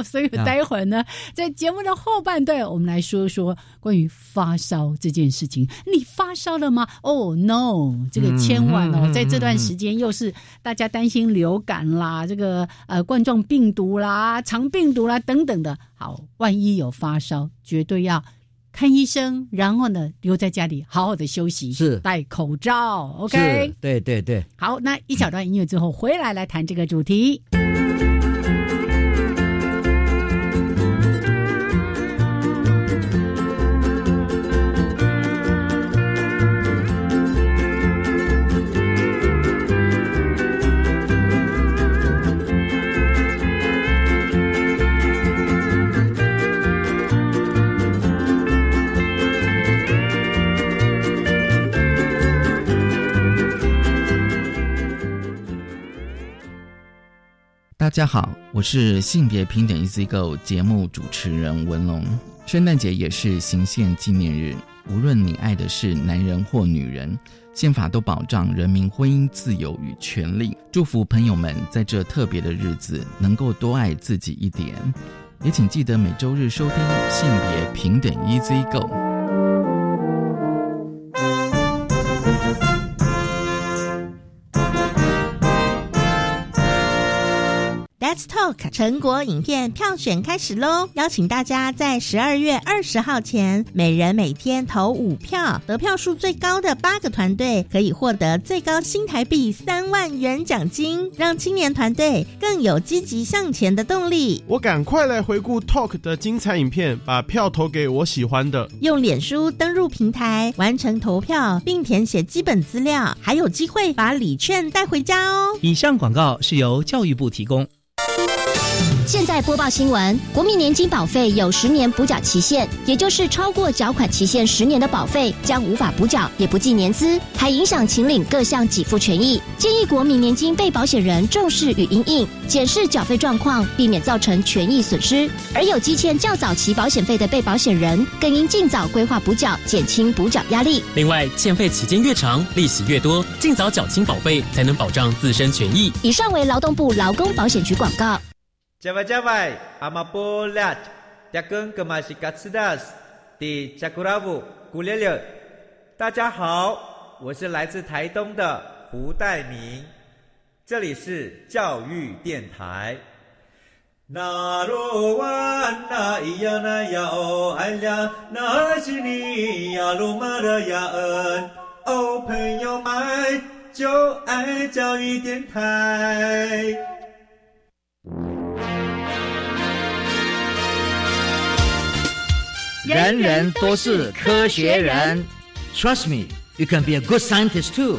Speaker 2: 所以待会儿
Speaker 1: 啊
Speaker 2: 呢，在节目的后半段，我们来说说关于发烧这件事情。你发烧了吗？哦、no，这个千万哦，
Speaker 1: 嗯嗯嗯
Speaker 2: 在这段时间又是大家担心流感啦，这个呃冠状病毒啦、肠病毒啦等等的。好，万一有发烧，绝对要。看医生，然后呢，留在家里好好的休息，
Speaker 1: 是
Speaker 2: 戴口罩，OK。
Speaker 1: 是，对对对。
Speaker 2: 好，那一小段音乐之后回来来谈这个主题。
Speaker 3: 家好，我是性别平等 EasyGo 节目主持人文龙。圣诞节也是行宪纪念日，无论你爱的是男人或女人，宪法都保障人民婚姻自由与权利。祝福朋友们在这特别的日子能够多爱自己一点，也请记得每周日收听性别平等 EasyGo。
Speaker 4: Let's Talk 成果影片票选开始喽！邀请大家在十二月二十号前，每人每天投五票，得票数最高的八个团队可以获得最高新台币三万元奖金，让青年团队更有积极向前的动力。
Speaker 5: 我赶快来回顾 Talk 的精彩影片，把票投给我喜欢的。
Speaker 4: 用脸书登入平台，完成投票，并填写基本资料，还有机会把礼券带回家哦！
Speaker 6: 以上广告是由教育部提供。
Speaker 7: 现在播报新闻：国民年金保费有十年补缴期限，也就是超过缴款期限十年的保费将无法补缴，也不计年资，还影响请领各项给付权益。建议国民年金被保险人重视与应应，检视缴费状况，避免造成权益损失。而有积欠较早期保险费的被保险人，更应尽早规划补缴，减轻补缴压力。
Speaker 6: 另外，欠费期间越长，利息越多，尽早缴清保费，才能保障自身权益。
Speaker 7: 以上为劳动部劳工保险局广告。
Speaker 8: Java Java, Amapolat, Dakun Kamashikatsidas, Di Chakuravu, Gulele。大家好，我是来自台东的胡代明，这里是教育电台。那罗哇那咿呀那呀哦哎呀，那是你呀鲁玛的呀恩哦，朋友们就爱教育电台。
Speaker 9: 人人都是科学人。Trust me, you can be a good scientist too.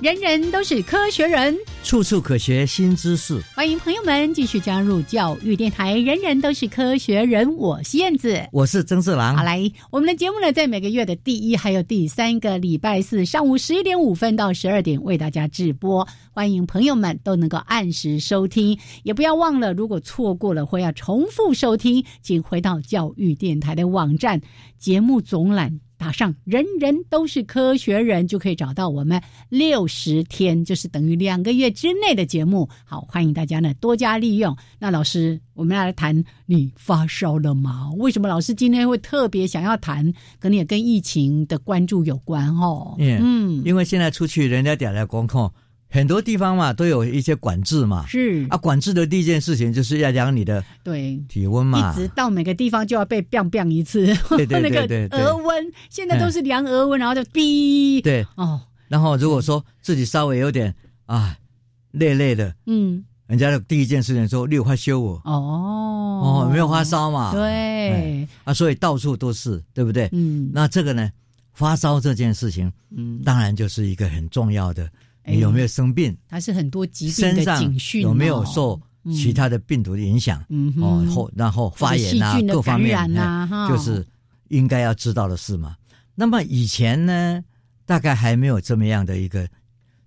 Speaker 2: 人人都是科学人。
Speaker 1: 处处可学新知识。
Speaker 2: 欢迎朋友们继续加入教育电台，人人都是科学人，我是燕子。
Speaker 1: 我是曾志郎。
Speaker 2: 好，来，我们的节目呢，在每个月的第一还有第三个礼拜四上午十一点五分到十二点为大家直播，欢迎朋友们都能够按时收听，也不要忘了，如果错过了或要重复收听，请回到教育电台的网站节目总览。打上“人人都是科学人”就可以找到我们六十天，就是等于两个月之内的节目。好，欢迎大家呢多加利用。那老师，我们来谈你发烧了吗？为什么老师今天会特别想要谈？可能也跟疫情的关注有关 哦。
Speaker 1: Yeah，
Speaker 2: 嗯，
Speaker 1: 因为现在出去人家点了管控，很多地方嘛都有一些管制嘛。
Speaker 2: 是
Speaker 1: 啊，管制的第一件事情就是要量你的
Speaker 2: 对。
Speaker 1: 体温嘛
Speaker 2: 一。直到每个地方就要被 biang biang 一次，
Speaker 1: 对 对对
Speaker 2: 那
Speaker 1: 对
Speaker 2: 个
Speaker 1: 对
Speaker 2: 额温现在都是量额温，然后就哔，
Speaker 1: 对，
Speaker 2: 哦，
Speaker 1: 然后如果说自己稍微有点啊累累的，
Speaker 2: 嗯，
Speaker 1: 人家的第一件事情说你有发烧我
Speaker 2: 哦
Speaker 1: 哦，没有发，烧嘛。哎
Speaker 2: 对，
Speaker 1: 啊，所以到处都是，对不对？
Speaker 2: 嗯，
Speaker 1: 那这个呢，发烧这件事情
Speaker 2: 嗯，
Speaker 1: 当然就是一个很重要的，
Speaker 2: 哎
Speaker 1: 你有没有生病，
Speaker 2: 它是很多疾病
Speaker 1: 身
Speaker 2: 的
Speaker 1: 上
Speaker 2: 警讯哦，
Speaker 1: 有没有受其他的病毒的影响？
Speaker 2: 嗯哼
Speaker 1: 哦，后然后发炎
Speaker 2: 或者细
Speaker 1: 啊
Speaker 2: 菌，的
Speaker 1: 各方面
Speaker 2: 感染啊
Speaker 1: 哎
Speaker 2: 哈
Speaker 1: 就是应该要知道的事嘛。那么以前呢，大概还没有这么样的一个，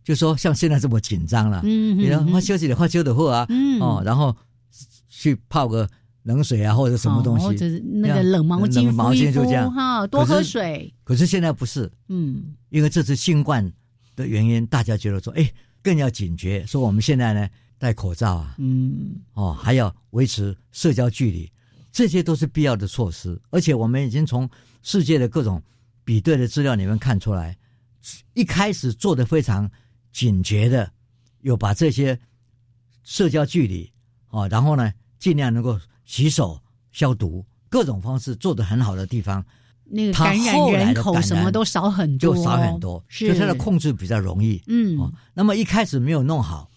Speaker 1: 就说像现在这么紧张了，
Speaker 2: 嗯，
Speaker 1: 你
Speaker 2: 嗯
Speaker 1: 要
Speaker 2: 嗯
Speaker 1: 发休息的发休的货啊，
Speaker 2: 嗯
Speaker 1: 哦，然后去泡个冷水啊，或者什么东
Speaker 2: 哦
Speaker 1: 西。
Speaker 2: 就是那个冷毛巾
Speaker 1: 冷毛巾
Speaker 2: 敷一
Speaker 1: 就这样
Speaker 2: 敷哈，多喝
Speaker 1: 可是
Speaker 2: 水，
Speaker 1: 可是现在不是，
Speaker 2: 嗯，
Speaker 1: 因为这次新冠的原因，大家觉得说，哎，更要警觉，说我们现在呢戴口罩啊，
Speaker 2: 嗯，
Speaker 1: 哦，还要维持社交距离，这些都是必要的措施。而且我们已经从世界的各种比对的资料里面看出来，一开始做的非常警觉的，有把这些社交距离哦，然后呢，尽量能够洗手、消毒各种方式做得很好的地方，
Speaker 2: 那个
Speaker 1: 它
Speaker 2: 感染
Speaker 1: 后来的
Speaker 2: 人口
Speaker 1: 感
Speaker 2: 什么
Speaker 1: 染
Speaker 2: 都少很多，哦
Speaker 1: 就少很多，
Speaker 2: 是
Speaker 1: 就它的控制比较容易。
Speaker 2: 嗯，
Speaker 1: 哦，那么一开始没有弄好，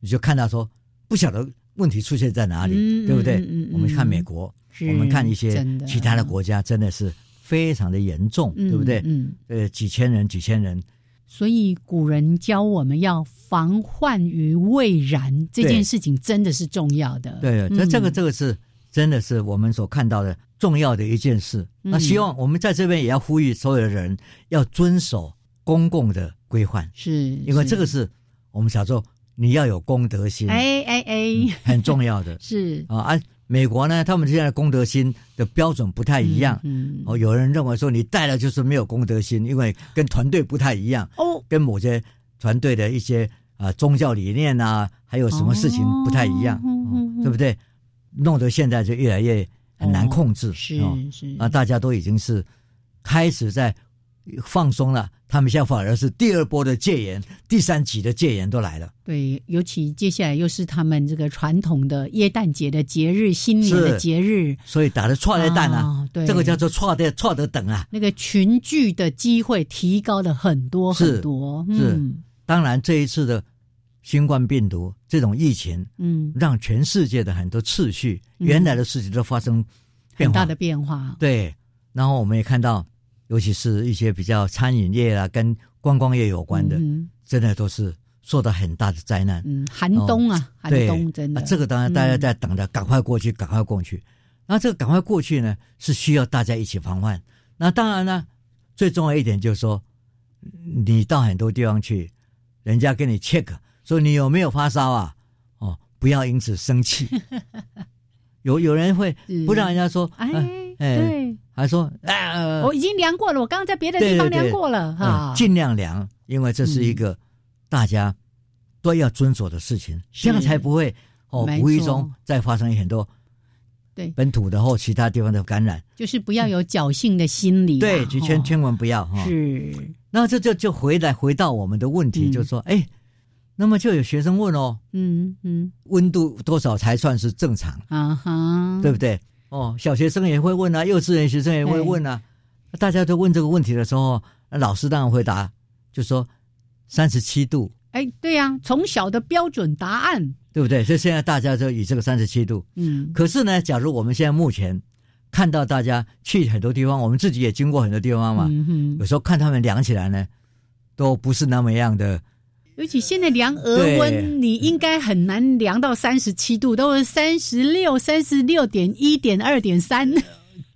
Speaker 1: 你就看到说不晓得问题出现在哪里，
Speaker 2: 嗯
Speaker 1: 对不对？
Speaker 2: 嗯嗯嗯
Speaker 1: 我们看美国，
Speaker 2: 是
Speaker 1: 我们看一些
Speaker 2: 真的
Speaker 1: 其他的国家，真的是非常的严重，
Speaker 2: 嗯
Speaker 1: 对不对？
Speaker 2: 嗯。
Speaker 1: 呃，几千人，几千人，
Speaker 2: 所以古人教我们要防患于未然，这件事情真的是重要的。
Speaker 1: 对，
Speaker 2: 嗯
Speaker 1: 这、这个这个是真的是我们所看到的重要的一件事。那
Speaker 2: 嗯
Speaker 1: 希望我们在这边也要呼吁所有的人要遵守公共的规范，
Speaker 2: 是
Speaker 1: 因为这个是我们想说你要有公德心，
Speaker 2: 哎哎哎，
Speaker 1: 很重要的
Speaker 2: 是
Speaker 1: 啊。啊，美国呢，他们现在的公德心的标准不太一样。
Speaker 2: 嗯，嗯
Speaker 1: 哦，有人认为说你带了就是没有公德心，因为跟团队不太一样，
Speaker 2: 哦，
Speaker 1: 跟某些团队的一些啊、呃宗教理念啊，还有什么事情不太一样，
Speaker 2: 哦嗯嗯嗯
Speaker 1: 对不对？弄得现在就越来越很难
Speaker 2: 哦
Speaker 1: 控制。
Speaker 2: 是
Speaker 1: 哦
Speaker 2: 是
Speaker 1: 啊，大家都已经是开始在放松了，他们现在反而是第二波的戒严，第三级的戒严都来了。
Speaker 2: 对，尤其接下来又是他们这个传统的耶诞节的节日、新年的
Speaker 1: 是
Speaker 2: 节日，
Speaker 1: 所以打的错的蛋啊，
Speaker 2: 哦对
Speaker 1: 这个叫做错的错的等啊。
Speaker 2: 那个群聚的机会提高了很多
Speaker 1: 是
Speaker 2: 很多。
Speaker 1: 是
Speaker 2: 嗯
Speaker 1: 当然，这一次的新冠病毒这种疫情，
Speaker 2: 嗯，
Speaker 1: 让全世界的很多秩序，
Speaker 2: 嗯
Speaker 1: 原来的事情都发生
Speaker 2: 很
Speaker 1: 变化。
Speaker 2: 大的变化。
Speaker 1: 对，然后我们也看到，尤其是一些比较餐饮业啊、跟观光业有关的，
Speaker 2: 嗯
Speaker 1: 真的都是受到很大的灾难。
Speaker 2: 嗯，寒冬啊，寒
Speaker 1: 哦对，
Speaker 2: 冬真的、
Speaker 1: 啊这个当然大家
Speaker 2: 嗯
Speaker 1: 在等着，赶快过去，赶快过去。那这个赶快过去呢，是需要大家一起防范。那当然呢，最重要一点就是说，你到很多地方去，人家给你 check 说你有没有发烧啊？哦，不要因此 生气。有有人会
Speaker 2: 是
Speaker 1: 不让人家说，
Speaker 2: 哎哦
Speaker 1: 呃，
Speaker 2: 对，
Speaker 1: 还说啊，
Speaker 2: 我已经量过了，我刚刚在别的
Speaker 1: 对
Speaker 2: 地
Speaker 1: 对
Speaker 2: 方
Speaker 1: 对
Speaker 2: 量过了哈
Speaker 1: 嗯，。尽量量，因为这是一个大家都要遵守的事情，这样
Speaker 2: 是
Speaker 1: 才不会哦
Speaker 2: 没
Speaker 1: 无意
Speaker 2: 错
Speaker 1: 中再发生很多
Speaker 2: 对
Speaker 1: 本土的或其他地方的感染。
Speaker 2: 就是不要有侥幸的心理啦。
Speaker 1: 对，就千
Speaker 2: 哦
Speaker 1: 千万不要哈。
Speaker 2: 是
Speaker 1: 那这就就回来回到我们的问题，
Speaker 2: 嗯
Speaker 1: 就说哎，那么就有学生问哦，
Speaker 2: 嗯嗯
Speaker 1: 温度多少才算是正常，
Speaker 2: 啊哈，
Speaker 1: 对不对？哦，小学生也会问啊，幼稚园学生也会问啊。大家都问这个问题的时候，老师当然回答就说三十七度。
Speaker 2: 哎，对呀、从小的标准答案，
Speaker 1: 对不对？所以现在大家就以这个三十七度。
Speaker 2: 嗯，
Speaker 1: 可是呢，假如我们现在目前看到大家去很多地方，我们自己也经过很多地方嘛，
Speaker 2: 嗯哼
Speaker 1: 有时候看他们量起来呢，都不是那么样的。
Speaker 2: 尤其现在量额温，你应该很难量到三十七度，都是三十六、三十六点一点二点三。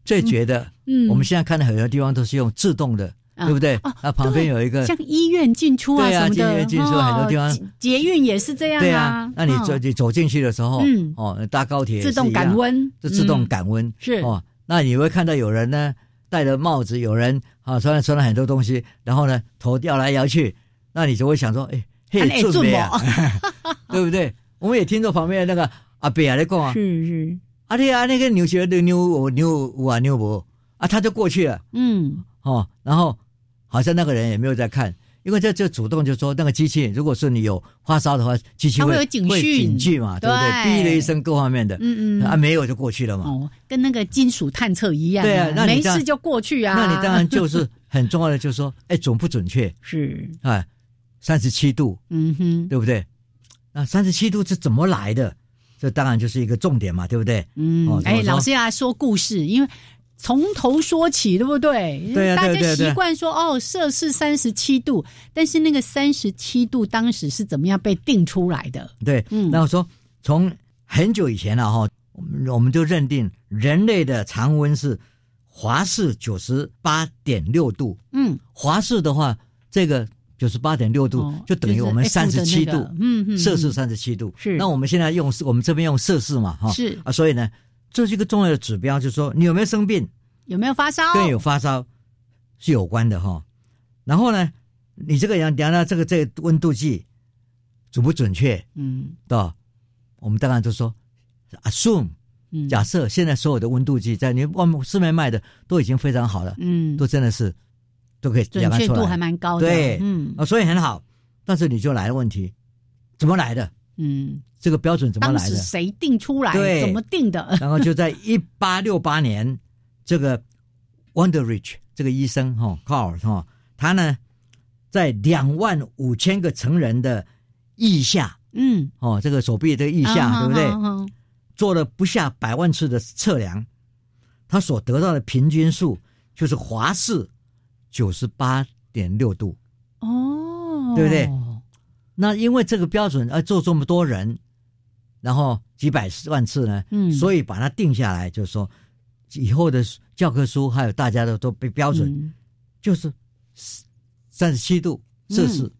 Speaker 1: 最觉得、
Speaker 2: 嗯，
Speaker 1: 我们现在看到很多地方都是用自动的，
Speaker 2: 啊
Speaker 1: 对不对？
Speaker 2: 哦
Speaker 1: 啊，旁边有一个
Speaker 2: 像医院进出啊
Speaker 1: 对啊
Speaker 2: 什么的，
Speaker 1: 医院进出很多地方
Speaker 2: 哦捷捷运也是这样
Speaker 1: 对啊，那你走、
Speaker 2: 哦
Speaker 1: 你走进去的时候，
Speaker 2: 嗯
Speaker 1: 哦，搭高铁也是
Speaker 2: 自动
Speaker 1: 一样
Speaker 2: 感，温，
Speaker 1: 就自动
Speaker 2: 嗯
Speaker 1: 感温、
Speaker 2: 是
Speaker 1: 哦。那你会看到有人呢戴着帽子，有人啊穿了穿了很多东西，然后呢头摇来摇去，那你就会想说，哎、
Speaker 2: 啊那
Speaker 1: 嘿，
Speaker 2: 会
Speaker 1: 准备啊
Speaker 2: 准，
Speaker 1: 对不对？我们也听到旁边那个阿伯啊在讲啊，
Speaker 2: 是是，
Speaker 1: 啊你啊那个牛学的牛我牛我啊牛伯啊，他就过去了
Speaker 2: 嗯，
Speaker 1: 哦，然后好像那个人也没有在看。因为这就主动就说那个机器，如果是你有发烧的话，机器
Speaker 2: 它
Speaker 1: 会
Speaker 2: 会有警
Speaker 1: 会
Speaker 2: 讯
Speaker 1: 警句嘛，对不
Speaker 2: 对
Speaker 1: 对？哔的一声各方面的，
Speaker 2: 嗯嗯
Speaker 1: 啊没有就过去了嘛。
Speaker 2: 哦，跟那个金属探测一样、
Speaker 1: 对啊那你
Speaker 2: 没
Speaker 1: 这样
Speaker 2: 事就过去啊。
Speaker 1: 那你当然就是很重要的，就是说，哎，准不准确
Speaker 2: 是，
Speaker 1: 啊？三十七度，
Speaker 2: 嗯哼，
Speaker 1: 对不对？那三十七度是怎么来的？这当然就是一个重点嘛，对不对？
Speaker 2: 嗯
Speaker 1: 哦，
Speaker 2: 哎、
Speaker 1: 怎么说
Speaker 2: 老师要来说故事，因为从头说起，对不对？
Speaker 1: 对啊
Speaker 2: 大
Speaker 1: 对啊对
Speaker 2: 家
Speaker 1: 啊
Speaker 2: 习惯说哦，摄氏三十七度，但是那个三十七度当时是怎么样被定出来的？
Speaker 1: 对，
Speaker 2: 嗯
Speaker 1: 那我说从很久以前了、哈，我们我们就认定人类的常温是华氏九十八点六度，
Speaker 2: 嗯，
Speaker 1: 华氏的话，这个九十八点六度、
Speaker 2: 哦
Speaker 1: 就等于
Speaker 2: 就是
Speaker 1: 我们
Speaker 2: F 的
Speaker 1: 三
Speaker 2: 那
Speaker 1: 十七
Speaker 2: 个
Speaker 1: 度，
Speaker 2: 嗯嗯
Speaker 1: 摄
Speaker 2: 嗯
Speaker 1: 氏三十七度。
Speaker 2: 是
Speaker 1: 那我们现在用我们这边用摄氏嘛，哈、
Speaker 2: 是
Speaker 1: 啊，所以呢，这是一个重要的指标，就是说你有没有生病，
Speaker 2: 有没有发烧？
Speaker 1: 跟有发烧是有关的哈。然后呢，你这个量量到这个这个温度计准不准确，
Speaker 2: 嗯
Speaker 1: 对吧？我们当然就说 assume
Speaker 2: 嗯，
Speaker 1: 假设现在所有的温度计在你外面市面卖的都已经非常好了，
Speaker 2: 嗯，
Speaker 1: 都真的是都可以
Speaker 2: 准
Speaker 1: 量得
Speaker 2: 确
Speaker 1: 出
Speaker 2: 度还
Speaker 1: 来，
Speaker 2: 蛮高的，
Speaker 1: 对
Speaker 2: 嗯
Speaker 1: 啊，所以很好。但是你就来了问题，怎么来的？
Speaker 2: 嗯，
Speaker 1: 这个标准怎么
Speaker 2: 当
Speaker 1: 来
Speaker 2: 时
Speaker 1: 的？
Speaker 2: 谁定出来？
Speaker 1: 对
Speaker 2: 怎么定的？
Speaker 1: 然后就在一八六八年，这个 Wonderich 这个医生哈、哦、Carl 哈、他呢在两万五千个成人的腋下
Speaker 2: 嗯，
Speaker 1: 哦，这个手臂的腋下、
Speaker 2: 啊
Speaker 1: 对不对？
Speaker 2: 哈哈哈
Speaker 1: 做了不下百万次的测量，他所得到的平均数就是华氏九十八点六度。
Speaker 2: 哦，
Speaker 1: 对不对？那因为这个标准而做这么多人，然后几百万次呢，
Speaker 2: 嗯
Speaker 1: 所以把它定下来，就是说以后的教科书还有大家的都被标准、
Speaker 2: 嗯
Speaker 1: 就是三十七度摄氏，
Speaker 2: 嗯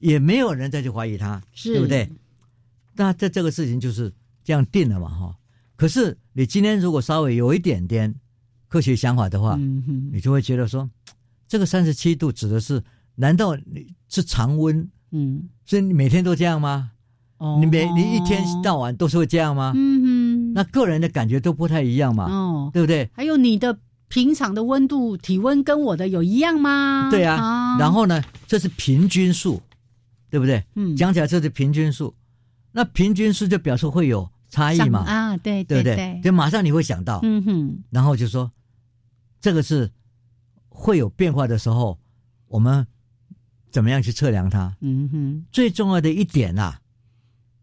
Speaker 1: 也没有人再去怀疑他，
Speaker 2: 是
Speaker 1: 对不对？那这这个事情就是这样定了嘛，哈。可是你今天如果稍微有一点点科学想法的话，
Speaker 2: 嗯哼，
Speaker 1: 你就会觉得说，这个三十七度指的是，难道你是常温？
Speaker 2: 嗯，
Speaker 1: 所以你每天都这样吗？
Speaker 2: 哦，
Speaker 1: 你每你一天到晚都是会这样吗？
Speaker 2: 嗯哼，
Speaker 1: 那个人的感觉都不太一样嘛，
Speaker 2: 哦，
Speaker 1: 对不对？
Speaker 2: 还有你的平常的温度、体温跟我的有一样吗？
Speaker 1: 对啊，然后呢，这是平均数，对不对？
Speaker 2: 嗯，
Speaker 1: 讲起来这是平均数，那平均数就表示会有差异
Speaker 2: 上
Speaker 1: 嘛，
Speaker 2: 啊，对
Speaker 1: 对不
Speaker 2: 对
Speaker 1: 对？就马上你会想到，
Speaker 2: 嗯哼，
Speaker 1: 然后就说这个是会有变化的时候，我们怎么样去测量它？
Speaker 2: 嗯哼，
Speaker 1: 最重要的一点啊，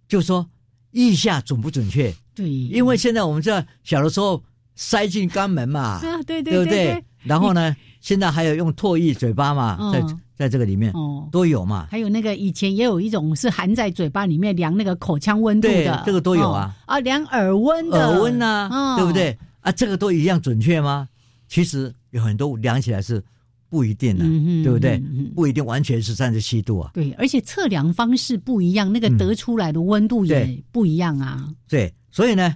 Speaker 1: 就是说腋下准不准确？
Speaker 2: 对，
Speaker 1: 因为现在我们知道小的时候塞进肛门嘛，
Speaker 2: 啊，对
Speaker 1: 对
Speaker 2: 对
Speaker 1: 不
Speaker 2: 对，？
Speaker 1: 然后呢，现在还有用唾液、嘴巴嘛，在
Speaker 2: 嗯
Speaker 1: 在这个里面
Speaker 2: 哦。
Speaker 1: 都有嘛。
Speaker 2: 还有那个以前也有一种是含在嘴巴里面量那个口腔温度的
Speaker 1: 对，这个都有啊
Speaker 2: 哦啊，量耳温的
Speaker 1: 耳温呐、
Speaker 2: 哦
Speaker 1: 对不对？啊，这个都一样准确吗？其实有很多量起来是不一定的，
Speaker 2: 嗯哼
Speaker 1: 对不对？
Speaker 2: 嗯哼
Speaker 1: 不一定完全是三十七度啊。
Speaker 2: 对，而且测量方式不一样，那个得出来的温度也
Speaker 1: 嗯对
Speaker 2: 不一样啊。
Speaker 1: 对，所以呢，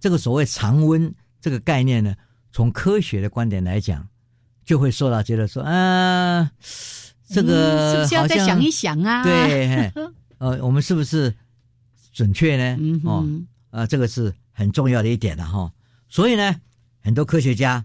Speaker 1: 这个所谓常温这个概念呢，从科学的观点来讲，就会受到觉得说，啊，这
Speaker 2: 嗯
Speaker 1: 个
Speaker 2: 是不是要
Speaker 1: 好
Speaker 2: 再
Speaker 1: 像
Speaker 2: 想一想啊？，
Speaker 1: 对， 嘿呃，我们是不是准确呢？
Speaker 2: 嗯
Speaker 1: 哦，
Speaker 2: 哼，
Speaker 1: 啊，这个是很重要的一点了、哈。所以呢，很多科学家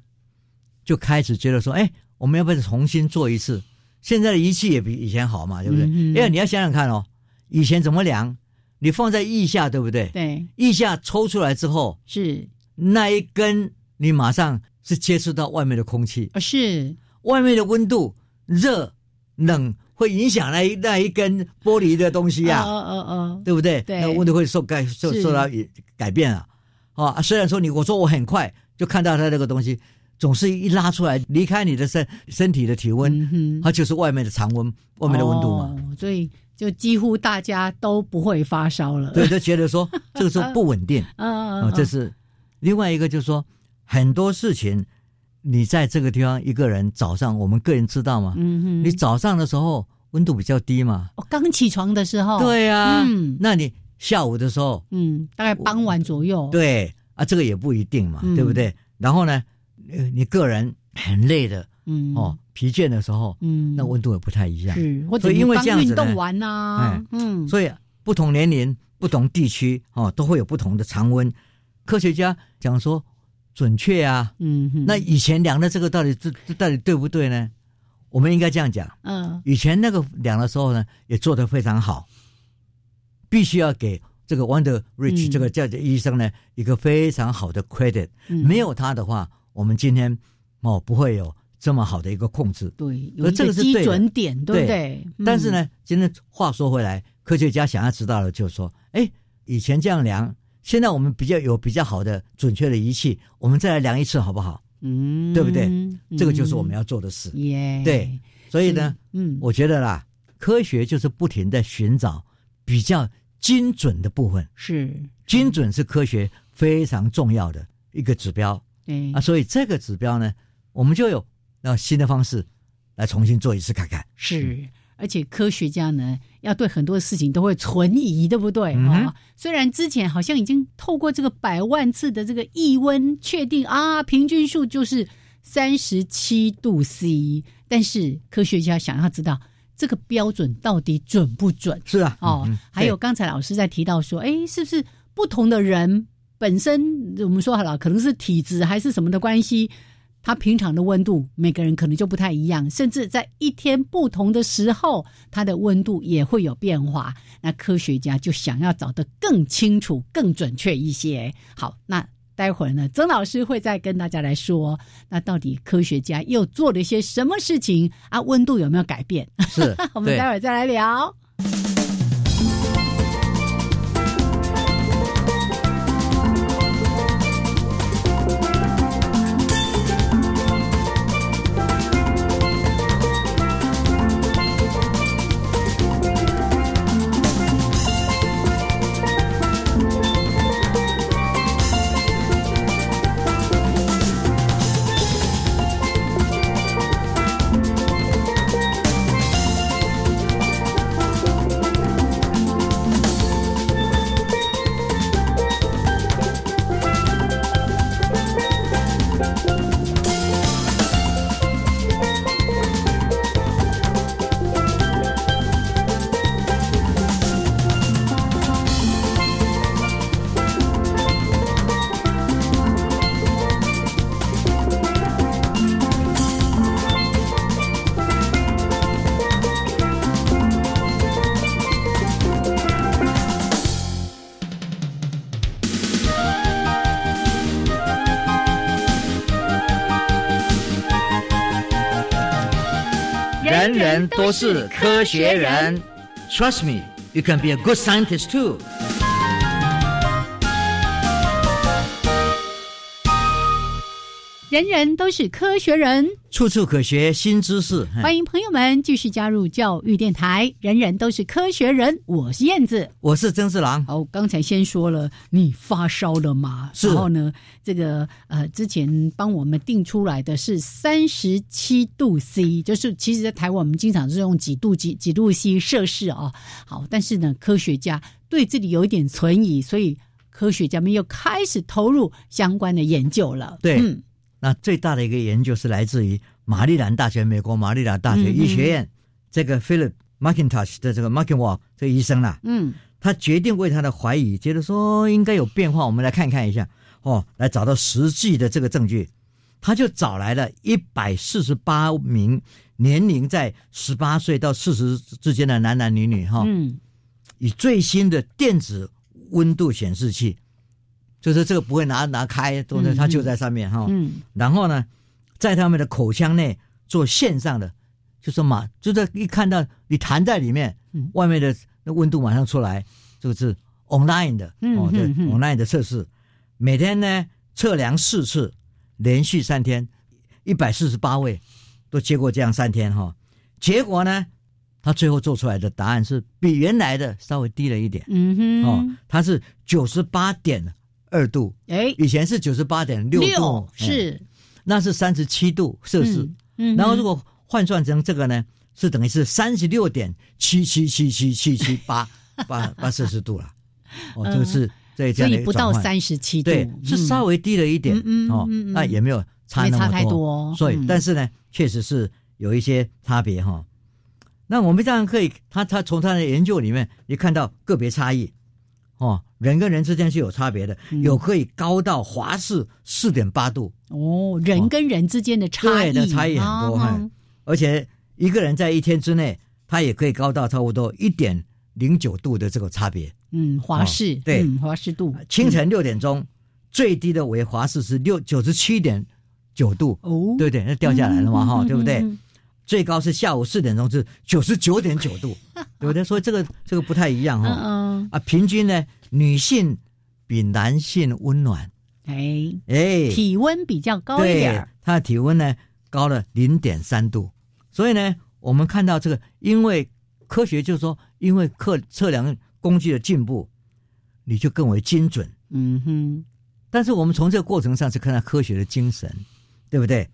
Speaker 1: 就开始觉得说，哎，我们要不要重新做一次？现在的仪器也比以前好嘛，对不对？
Speaker 2: 嗯哼
Speaker 1: 因为你要想想看哦，以前怎么量？你放在腋下，对不对？
Speaker 2: 对，
Speaker 1: 腋下抽出来之后，
Speaker 2: 是，
Speaker 1: 那一根你马上是接触到外面的空气，
Speaker 2: 呃是，
Speaker 1: 外面的温度热冷会影响那一那一根玻璃的东西啊。
Speaker 2: 呃呃呃，
Speaker 1: 对不对？
Speaker 2: 对
Speaker 1: 那温度会受改受
Speaker 2: 是
Speaker 1: 受到也改变啊。啊，虽然说你我说我很快就看到它这个东西，总是一拉出来离开你的身身体的体温，
Speaker 2: 嗯哼，
Speaker 1: 它就是外面的常温，外面的温度嘛。
Speaker 2: 哦，所以就几乎大家都不会发烧了。
Speaker 1: 对，就觉 得说这个时候不稳定
Speaker 2: 嗯，嗯
Speaker 1: 啊，
Speaker 2: 嗯，
Speaker 1: 这是另外一个，就是说很多事情你在这个地方一个人早上，我们个人知道嘛，
Speaker 2: 嗯哼，
Speaker 1: 你早上的时候温度比较低嘛，
Speaker 2: 哦刚起床的时候，，
Speaker 1: 对呀
Speaker 2: 嗯，
Speaker 1: 那你下午的时候
Speaker 2: 嗯，大概傍晚左右，，
Speaker 1: 对啊，这个也不一定嘛，
Speaker 2: 嗯
Speaker 1: 对不对？然后呢，呃你个人很累的
Speaker 2: 嗯，
Speaker 1: 哦，，疲倦的时候，
Speaker 2: 嗯，
Speaker 1: 那温度也不太一样。
Speaker 2: 是，或者
Speaker 1: 所以因为
Speaker 2: 你刚
Speaker 1: 这样子
Speaker 2: 运
Speaker 1: 呢
Speaker 2: 动完呐
Speaker 1: 哎，
Speaker 2: 嗯，
Speaker 1: 所以不同年龄、不同地区哦，都会有不同的常温。科学家讲说准确啊，
Speaker 2: 嗯哼，
Speaker 1: 那以前量的这个到底这这到底对不对呢？我们应该这样讲，
Speaker 2: 嗯，
Speaker 1: 以前那个量的时候呢，也做得非常好，必须要给这个 Wonder
Speaker 2: 嗯
Speaker 1: Rich 这个教的医生呢、一个非常好的 credit。
Speaker 2: 嗯
Speaker 1: 没有它的话，我们今天哦不会有这么好的一个控制。
Speaker 2: 对，有
Speaker 1: 而
Speaker 2: 一
Speaker 1: 这
Speaker 2: 个
Speaker 1: 个是
Speaker 2: 基
Speaker 1: 对的
Speaker 2: 准点，对不
Speaker 1: 对
Speaker 2: 对？
Speaker 1: 但是
Speaker 2: 嗯，
Speaker 1: 呢，今天话说回来，科学家想要知道的就是说，哎，以前这样量，现在我们比较有比较好的准确的仪器，我们再来量一次好不好？
Speaker 2: 嗯，
Speaker 1: 对不对
Speaker 2: 嗯？
Speaker 1: 这个就是我们要做的事。
Speaker 2: 耶，
Speaker 1: 对，所以呢，
Speaker 2: 嗯，
Speaker 1: 我觉得啦，科学就是不停的寻找比较精准的部分，
Speaker 2: 是，
Speaker 1: 精准是科学非常重要的一个指标。
Speaker 2: 对
Speaker 1: 啊，，所以这个指标呢，我们就有那新的方式来重新做一次看看。
Speaker 2: 是。而且科学家呢，要对很多事情都会存疑，对不对？
Speaker 1: 嗯哼
Speaker 2: 啊，虽然之前好像已经透过这个百万次的这个异温确定啊，平均数就是三十七度 C，但是科学家想要知道这个标准到底准不准？
Speaker 1: 是啊，
Speaker 2: 哦，
Speaker 1: 嗯嗯
Speaker 2: 还有刚才老师在提到说，哎，是不是不同的人本身，我们说好了，可能是体质还是什么的关系，他平常的温度每个人可能就不太一样，甚至在一天不同的时候，它的温度也会有变化。那科学家就想要找得更清楚、更准确一些。好，那。待会儿呢，曾老师会再跟大家来说，那到底科学家又做了些什么事情啊？温度有没有改变？
Speaker 1: 对嗯是
Speaker 2: 我们
Speaker 1: 对
Speaker 2: 待会儿再来聊。
Speaker 9: 人人都是科学人。Trust me, you can be a good scientist too.
Speaker 2: 人人都是科学人。
Speaker 1: 处处可学新知识。
Speaker 2: 欢迎朋友们继续加入教育电台，人人都是科学人，我是燕子。
Speaker 1: 我是曾志郎，
Speaker 2: 好，刚才先说了你发烧了吗？
Speaker 1: 是
Speaker 2: 然后呢，这个呃，之前帮我们定出来的是三十七度 C，就是其实，在台湾我们经常是用几度几几度 C 摄氏啊。好，但是呢，科学家对这里有一点存疑，所以科学家们又开始投入相关的研究了。
Speaker 1: 对
Speaker 2: 嗯，
Speaker 1: 那最大的一个研究是来自于马里兰大学，美国马里兰大
Speaker 9: 嗯
Speaker 1: 学医学院、这个 Philip McIntosh 的这个 McIntosh 这个医生啦、啊
Speaker 2: 嗯，
Speaker 1: 他决定为他的怀疑，觉得说应该有变化，我们来看看一下哦，来找到实际的这个证据。他就找来了一百四十八名年龄在十八岁到四十之间的男男女女哈、
Speaker 2: 嗯，
Speaker 1: 以最新的电子温度显示器，就是这个不会拿拿开，都
Speaker 2: 嗯
Speaker 1: 是它就
Speaker 2: 嗯
Speaker 1: 在上面哈、
Speaker 2: 嗯，
Speaker 1: 然后呢，在他们的口腔内做线上的，就是马，就是一看到你痰在里面，
Speaker 2: 嗯
Speaker 1: 外面的那温度马上出来，这个是 online 的，
Speaker 2: 嗯
Speaker 1: 哦，这
Speaker 2: 嗯嗯
Speaker 1: online 的测试，每天呢测量四次，连续三天，一百四十八位都接过这样三天哈、结果呢，他最后做出来的答案是比原来的稍微低了一点，
Speaker 2: 嗯哼，
Speaker 1: 哦，它是九十八点二度，
Speaker 2: 哎，
Speaker 1: 以前是九十八点六度
Speaker 2: 六，
Speaker 1: 嗯
Speaker 2: 是
Speaker 1: 那是三十七度摄氏。
Speaker 2: 嗯嗯哼，
Speaker 1: 然后如果换算成这个呢，是等于是三十六点七七七七七七八 八八摄氏度了。哦，这个是这这
Speaker 2: 呃所
Speaker 1: 样
Speaker 2: 以
Speaker 1: 的一
Speaker 2: 不
Speaker 1: 个
Speaker 2: 到
Speaker 1: 转换，
Speaker 2: 三十七度，
Speaker 1: 对，是
Speaker 2: 嗯
Speaker 1: 稍微低了一点
Speaker 2: 嗯嗯
Speaker 1: 哦
Speaker 2: 嗯嗯，
Speaker 1: 那也没有差
Speaker 2: 没
Speaker 1: 那
Speaker 2: 差
Speaker 1: 么
Speaker 2: 太
Speaker 1: 多。
Speaker 2: 多，
Speaker 1: 所以
Speaker 2: 嗯，
Speaker 1: 但是呢，确实是有一些差别哈、那我们当然可以，他他从他的研究里面，你看到个别差异，哦，人跟人之间是有差别的，
Speaker 2: 嗯
Speaker 1: 有可以高到华氏四点八度，
Speaker 2: 哦，人跟人之间的差异，
Speaker 1: 对的差异很多哎
Speaker 2: 哦
Speaker 1: 嘿而且一个人在一天之内，他也可以高到差不多一点零九度的这个差别。
Speaker 2: 嗯，华氏，
Speaker 1: 哦对
Speaker 2: 嗯华氏度，
Speaker 1: 清晨六点钟、最低的为华氏是六九十七点九度，
Speaker 2: 哦，
Speaker 1: 对不对？那掉下来了嘛，
Speaker 2: 嗯
Speaker 1: 哈、对不？对？
Speaker 2: 嗯嗯嗯
Speaker 1: 最高是下午四点钟是九十九点 九度，对不对？所以这个这个不太一样哈、
Speaker 2: 嗯
Speaker 1: 啊，平均呢，女性比男性温暖，
Speaker 2: 嗯，
Speaker 1: 哎，
Speaker 2: 哎，体温比较高一
Speaker 1: 对，
Speaker 2: 点儿，
Speaker 1: 它的体温呢高了零点三度，所以呢，我们看到这个，因为科学就是说，因为测测量工具的进步，你就更为精准。
Speaker 2: 嗯哼，
Speaker 1: 但是我们从这个过程上是看到科学的精神，对不对？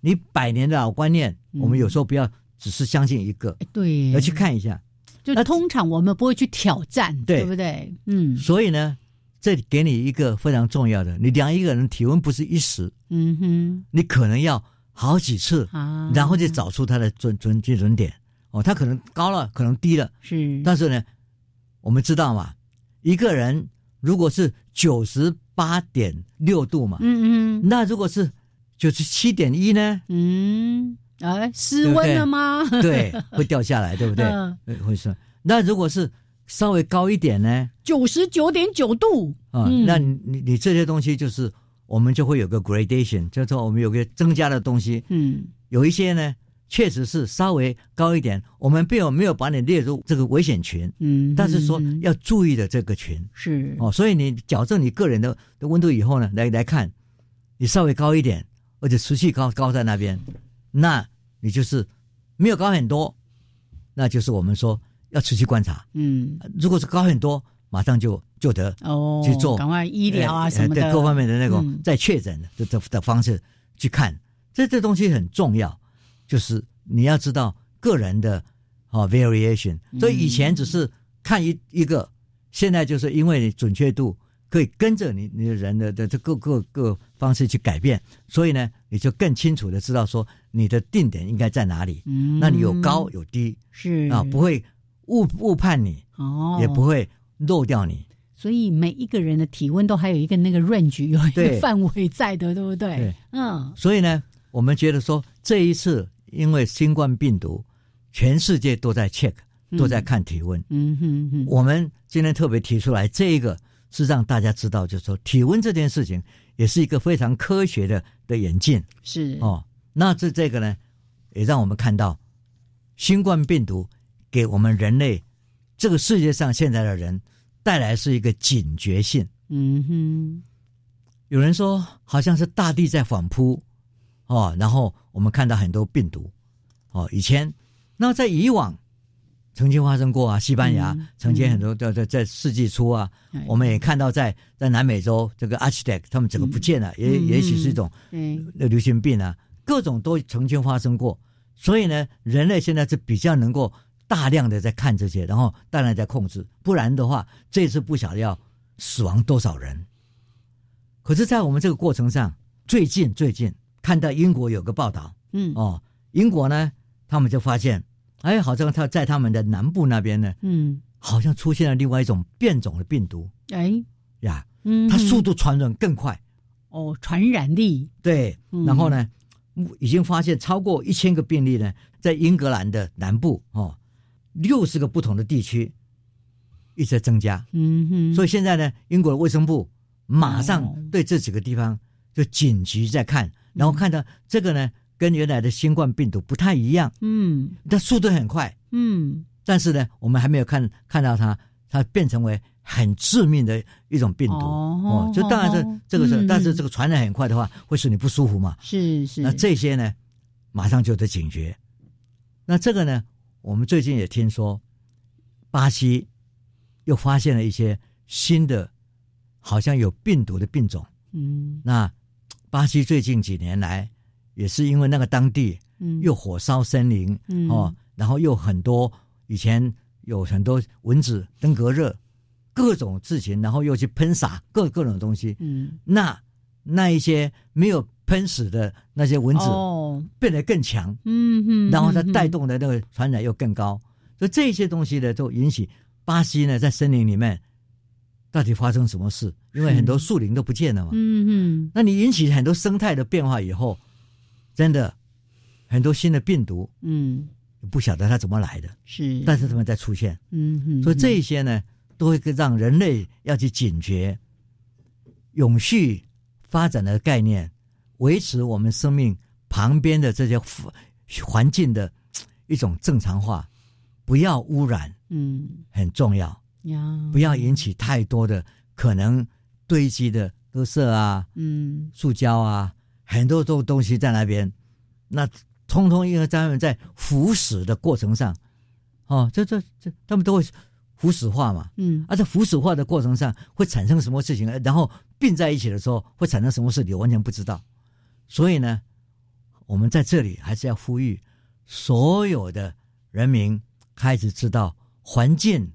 Speaker 1: 你百年的老观念，
Speaker 2: 嗯
Speaker 1: 我们有时候不要只是相信一个，
Speaker 2: 哎对，
Speaker 1: 要去看一下。
Speaker 2: 就
Speaker 1: 那
Speaker 2: 通常我们不会去挑战，
Speaker 1: 对
Speaker 2: 对不对？嗯
Speaker 1: 所以呢，这里给你一个非常重要的，你量一个人体温不是一时，
Speaker 2: 嗯
Speaker 1: 你可能要好几次
Speaker 2: 哼，啊，
Speaker 1: 然后就找出它的准准基准点。哦，它可能高了，可能低了，
Speaker 2: 是，
Speaker 1: 但是呢，我们知道嘛，一个人如果是九十八点六度嘛，
Speaker 2: 嗯嗯
Speaker 1: 那如果是九十七点一呢，
Speaker 2: 嗯，哎，失
Speaker 1: 对不对
Speaker 2: 温了吗？
Speaker 1: 对，会掉下来，对不对？
Speaker 2: 嗯
Speaker 1: 呃会说，那如果是稍微高一点呢，
Speaker 2: 九十九点九度，
Speaker 1: 啊、
Speaker 2: 嗯
Speaker 1: 那你你你这些东西就是我们就会有个 gradation，就是说我们有个增加的东西，
Speaker 2: 嗯
Speaker 1: 有一些呢确实是稍微高一点，我们并没有把你列入这个危险群，
Speaker 2: 嗯，
Speaker 1: 但是说
Speaker 2: 嗯
Speaker 1: 要注意的这个群。
Speaker 2: 是
Speaker 1: 哦，所以你矫正你个人的的温度以后呢，来来看，你稍微高一点，而且持续高高在那边，那你就是没有高很多，那就是我们说要持续观察。
Speaker 2: 嗯
Speaker 1: 如果是高很多，马上就就得
Speaker 2: 哦，
Speaker 1: 去做
Speaker 2: 赶快医疗啊
Speaker 1: 呃
Speaker 2: 什么
Speaker 1: 呃
Speaker 2: 的，
Speaker 1: 对各方面的那种
Speaker 2: 嗯
Speaker 1: 在确诊的的的方式去看，这这东西很重要，就是你要知道个人的哦 variation，所
Speaker 2: 嗯
Speaker 1: 以以前只是看一一个，现在就是因为你准确度可以跟着你你的人的的这各各各方式去改变，所以呢，你就更清楚的知道说你的定点应该在哪里，
Speaker 2: 嗯，
Speaker 1: 那你有高有低
Speaker 2: 是
Speaker 1: 啊，不会误误判你，
Speaker 2: 哦，
Speaker 1: 也不会漏掉你。
Speaker 2: 所以每一个人的体温都还有一个那个 range，有一个
Speaker 1: 对
Speaker 2: 范围在的，对不对？
Speaker 1: 对
Speaker 2: 嗯
Speaker 1: 所以呢，我们觉得说这一次因为新冠病毒，全世界都在 check，
Speaker 2: 嗯
Speaker 1: 都在看体温。
Speaker 2: 嗯哼哼，
Speaker 1: 我们今天特别提出来这一个，是让大家知道，就是说体温这件事情也是一个非常科学的的演进哦
Speaker 2: 是
Speaker 1: 哦。那这这个呢，也让我们看到新冠病毒给我们人类这个世界上现在的人带来是一个警觉性。
Speaker 2: 嗯哼，
Speaker 1: 有人说好像是大地在反扑，哦，然后我们看到很多病毒，哦，以前，那在以往曾经发生过啊，西班牙、
Speaker 2: 嗯
Speaker 1: 曾经
Speaker 2: 嗯
Speaker 1: 很多在在在世纪初啊，
Speaker 2: 哎
Speaker 1: 我们也看到在在南美洲这个 a r c h i t e c 他们整个不见了，也
Speaker 2: 嗯
Speaker 1: 也许是一种
Speaker 2: 对，
Speaker 1: 呃流行病啊，各种都曾经发生过，所以呢，人类现在是比较能够大量的在看这些，然后大量地在控制，不然的话，这次不晓得要死亡多少人。可是，在我们这个过程上，最近最近看到英国有个报道
Speaker 2: 嗯
Speaker 1: 哦，英国呢，他们就发现，哎，好像他在他们的南部那边呢，
Speaker 2: 嗯，
Speaker 1: 好像出现了另外一种变种的病毒
Speaker 2: 哎，
Speaker 1: 呀，
Speaker 2: 嗯，
Speaker 1: 它速度传染更快。
Speaker 2: 哦，传染力，
Speaker 1: 对
Speaker 2: 嗯，
Speaker 1: 然后呢，已经发现超过一千个病例呢，在英格兰的南部哦，六十个不同的地区一直在增加。
Speaker 2: 嗯哼，
Speaker 1: 所
Speaker 2: 以
Speaker 1: 以现在呢，英国的卫生部马上
Speaker 2: 哦
Speaker 1: 对这几个地方就紧急在看，然后看到这个呢跟原来的新冠病毒不太一样，
Speaker 2: 嗯
Speaker 1: 但速度很快，
Speaker 2: 嗯
Speaker 1: 但是呢，我们还没有看看到它，它变成为很致命的一种病毒
Speaker 2: 哦
Speaker 1: 就当然是、
Speaker 2: 哦
Speaker 1: 这个是，
Speaker 2: 嗯
Speaker 1: 但是这个传染很快的话，会使你不舒服嘛。
Speaker 2: 是是，
Speaker 1: 那这些呢，马上就得警觉。那这个呢，我们最近也听说，巴西又发现了一些新的，好像有病毒的病种。
Speaker 2: 嗯
Speaker 1: 那巴西最近几年来，也是因为那个当地
Speaker 2: 嗯
Speaker 1: 又火烧森林、
Speaker 2: 嗯
Speaker 1: 哦，然后又很多以前有很多蚊子、登革热各种事情，然后又去喷洒各各种东西。
Speaker 2: 嗯
Speaker 1: 那那一些没有喷死的那些蚊子，
Speaker 2: 哦
Speaker 1: 变得更强，
Speaker 2: 嗯哼，
Speaker 1: 然后它
Speaker 2: 嗯哼
Speaker 1: 带动的那个传染又更高，所以这些东西呢，就引起巴西呢在森林里面到底发生什么事？因为很多树林都不见了嘛。
Speaker 2: 嗯
Speaker 1: 那你引起很多生态的变化以后，真的很多新的病毒
Speaker 2: 哼嗯
Speaker 1: 不晓得它怎么来的，
Speaker 2: 是，
Speaker 1: 但是它们在出现，
Speaker 2: 嗯哼，
Speaker 1: 所以这一些呢都会让人类要去警觉，永续发展的概念，维持我们生命旁边的这些环环境的嘖一种正常化，不要污染
Speaker 2: 嗯
Speaker 1: 很重要，
Speaker 2: 呀
Speaker 1: 不要引起太多的可能堆积的垃圾啊、
Speaker 2: 嗯
Speaker 1: 塑胶啊，很多都东西在那边，那通通因为他们在腐蚀的过程上，哦，这这这，他们都会腐蚀化嘛。
Speaker 2: 嗯
Speaker 1: 啊而在腐蚀化的过程上会产生什么事情，呃然后并在一起的时候会产生什么事，你完全不知道。所以呢，我们在这里还是要呼吁所有的人民开始知道环境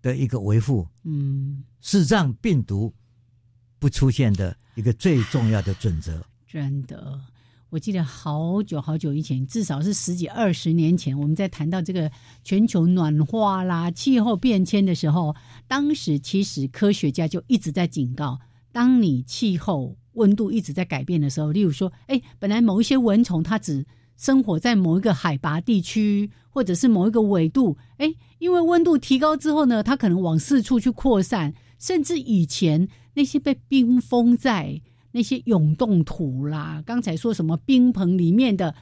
Speaker 1: 的一个维护，
Speaker 2: 嗯，
Speaker 1: 是让病毒不出现的一个最重要的准
Speaker 2: 哎
Speaker 1: 则。
Speaker 2: 真的。我记得好久好久以前，至少是十几二十年前，我们在谈到这个全球暖化啦、气候变迁的时候，当时其实科学家就一直在警告：当你气候温度一直在改变的时候，例如说，哎，本来某一些蚊虫它只生活在某一个海拔地区，或者是某一个纬度，哎，因为温度提高之后呢，它可能往四处去扩散，甚至以前那些被冰封在那些永冻土啦，刚才说什么冰棚里面的，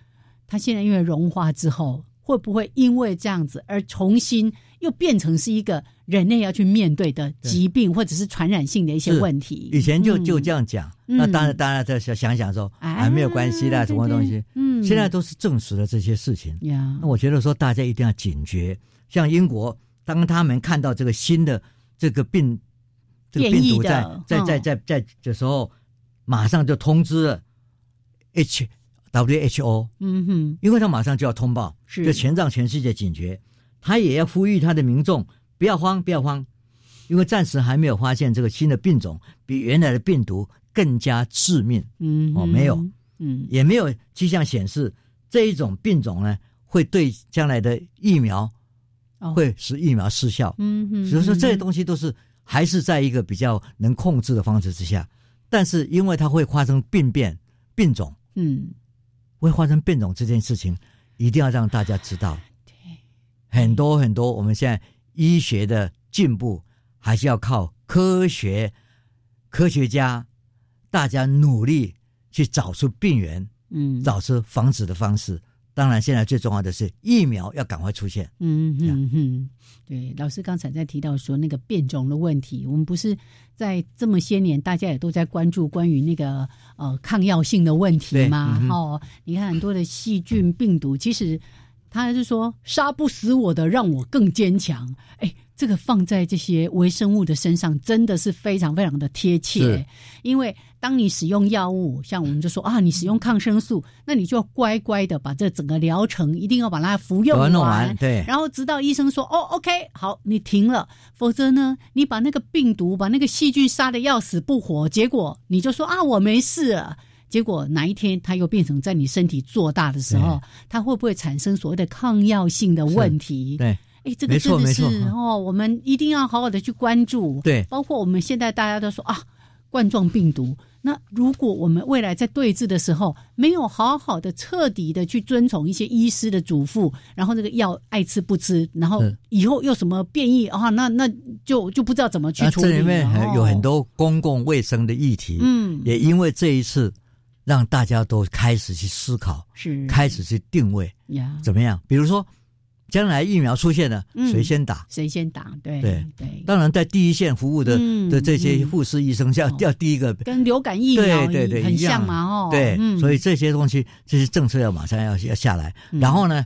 Speaker 2: 它现在因为融化之后，会不会因为这样子而重新又变成是一个人类要去面对的疾病，或者是传染性的一些
Speaker 1: 是
Speaker 2: 问题？
Speaker 1: 以前就
Speaker 2: 嗯
Speaker 1: 就这样讲，
Speaker 2: 嗯
Speaker 1: 那当然当然在想想说，
Speaker 2: 啊
Speaker 1: 啊，没有关系啦，什么东
Speaker 2: 对
Speaker 1: 西
Speaker 2: 对，嗯
Speaker 1: 现在都是证实了这些事情。
Speaker 2: 呀
Speaker 1: 那，我觉得说大家一定要警觉，像英国，当他们看到这个新的这个病这个
Speaker 2: 变
Speaker 1: 病
Speaker 2: 异
Speaker 1: 毒在
Speaker 2: 的
Speaker 1: 在
Speaker 2: 嗯
Speaker 1: 在在在的时候，马上就通知了 H WHO，
Speaker 2: 嗯哼，
Speaker 1: 因为他马上就要通报，
Speaker 2: 是
Speaker 1: 就全让全世界警觉，他也要呼吁他的民众不要慌，不要慌，因为暂时还没有发现这个新的病种比原来的病毒更加致命。
Speaker 2: 嗯哼，
Speaker 1: 哦没有
Speaker 2: 嗯，
Speaker 1: 也没有迹象显示这一种病种呢会对将来的疫苗
Speaker 2: 哦
Speaker 1: 会使疫苗失效。
Speaker 2: 嗯哼，
Speaker 1: 所以说这些
Speaker 2: 嗯
Speaker 1: 东西都是还是在一个比较能控制的方式之下，但是因为它会发生病变、病种，
Speaker 2: 嗯，
Speaker 1: 会发生变种这件事情，一定要让大家知道。
Speaker 2: 嗯
Speaker 1: 很多很多，我们现在医学的进步还是要靠科学科学家大家努力去找出病源，
Speaker 2: 嗯，
Speaker 1: 找出防止的方式，当然，现在最重要的是疫苗要赶快出现。
Speaker 2: 嗯嗯嗯，对，老师刚才在提到说那个变种的问题，我们不是在这么些年大家也都在关注关于那个呃抗药性的问题
Speaker 1: 对
Speaker 2: 嘛？
Speaker 1: 嗯哼
Speaker 2: 哦，你看很多的细菌、病毒，其实他是说杀不死我的，让我更坚强。哎，这个放在这些微生物的身上，真的是非常非常的贴切
Speaker 3: 是。
Speaker 2: 因为当你使用药物，像我们就说啊，你使用抗生素，那你就要乖乖的把这整个疗程一定要把它服用
Speaker 1: 把它
Speaker 2: 完，
Speaker 1: 弄完对
Speaker 2: 然后直到医生说哦，OK，好，你停了，否则呢，你把那个病毒、把那个细菌杀的要死不活，结果你就说啊，我没事了。结果哪一天它又变成在你身体做大的时候，
Speaker 1: 哎
Speaker 2: 它会不会产生所谓的抗药性的问题？
Speaker 1: 对
Speaker 2: 哎，这个
Speaker 1: 没错
Speaker 2: 真的
Speaker 1: 没
Speaker 2: 是
Speaker 1: 错嗯
Speaker 2: 哦，我们一定要好好的去关注。
Speaker 1: 对
Speaker 2: 包括我们现在大家都说啊，冠状病毒。那如果我们未来在对峙的时候，没有好好的、彻底的去遵从一些医师的嘱咐，然后这个药爱吃不吃，然后
Speaker 1: 是
Speaker 2: 以后又什么变异啊，那那就就不知道怎么去
Speaker 1: 那
Speaker 2: 处理了。
Speaker 1: 这里面还有
Speaker 2: 哦
Speaker 1: 很，多公共卫生的议题，
Speaker 2: 嗯，
Speaker 1: 也因为这一次，让大家都开始去思考，
Speaker 2: 是
Speaker 1: 开始去定位
Speaker 2: 呀，
Speaker 1: 怎么样。比如说，将来疫苗出现了，
Speaker 2: 嗯
Speaker 1: 谁先打？
Speaker 2: 谁先打？对
Speaker 1: 对
Speaker 2: 对，
Speaker 1: 当然，在第一线服务的
Speaker 2: 嗯
Speaker 1: 的这些
Speaker 2: 嗯
Speaker 1: 护士、医生，要
Speaker 2: 哦
Speaker 1: 要第一个
Speaker 2: 跟流感疫苗
Speaker 1: 对对对
Speaker 2: 很
Speaker 1: 一样
Speaker 2: 像嘛，哦，
Speaker 1: 对，
Speaker 2: 嗯
Speaker 1: 所以这些东西，这些政策要马上要要下来。
Speaker 2: 嗯
Speaker 1: 然后呢，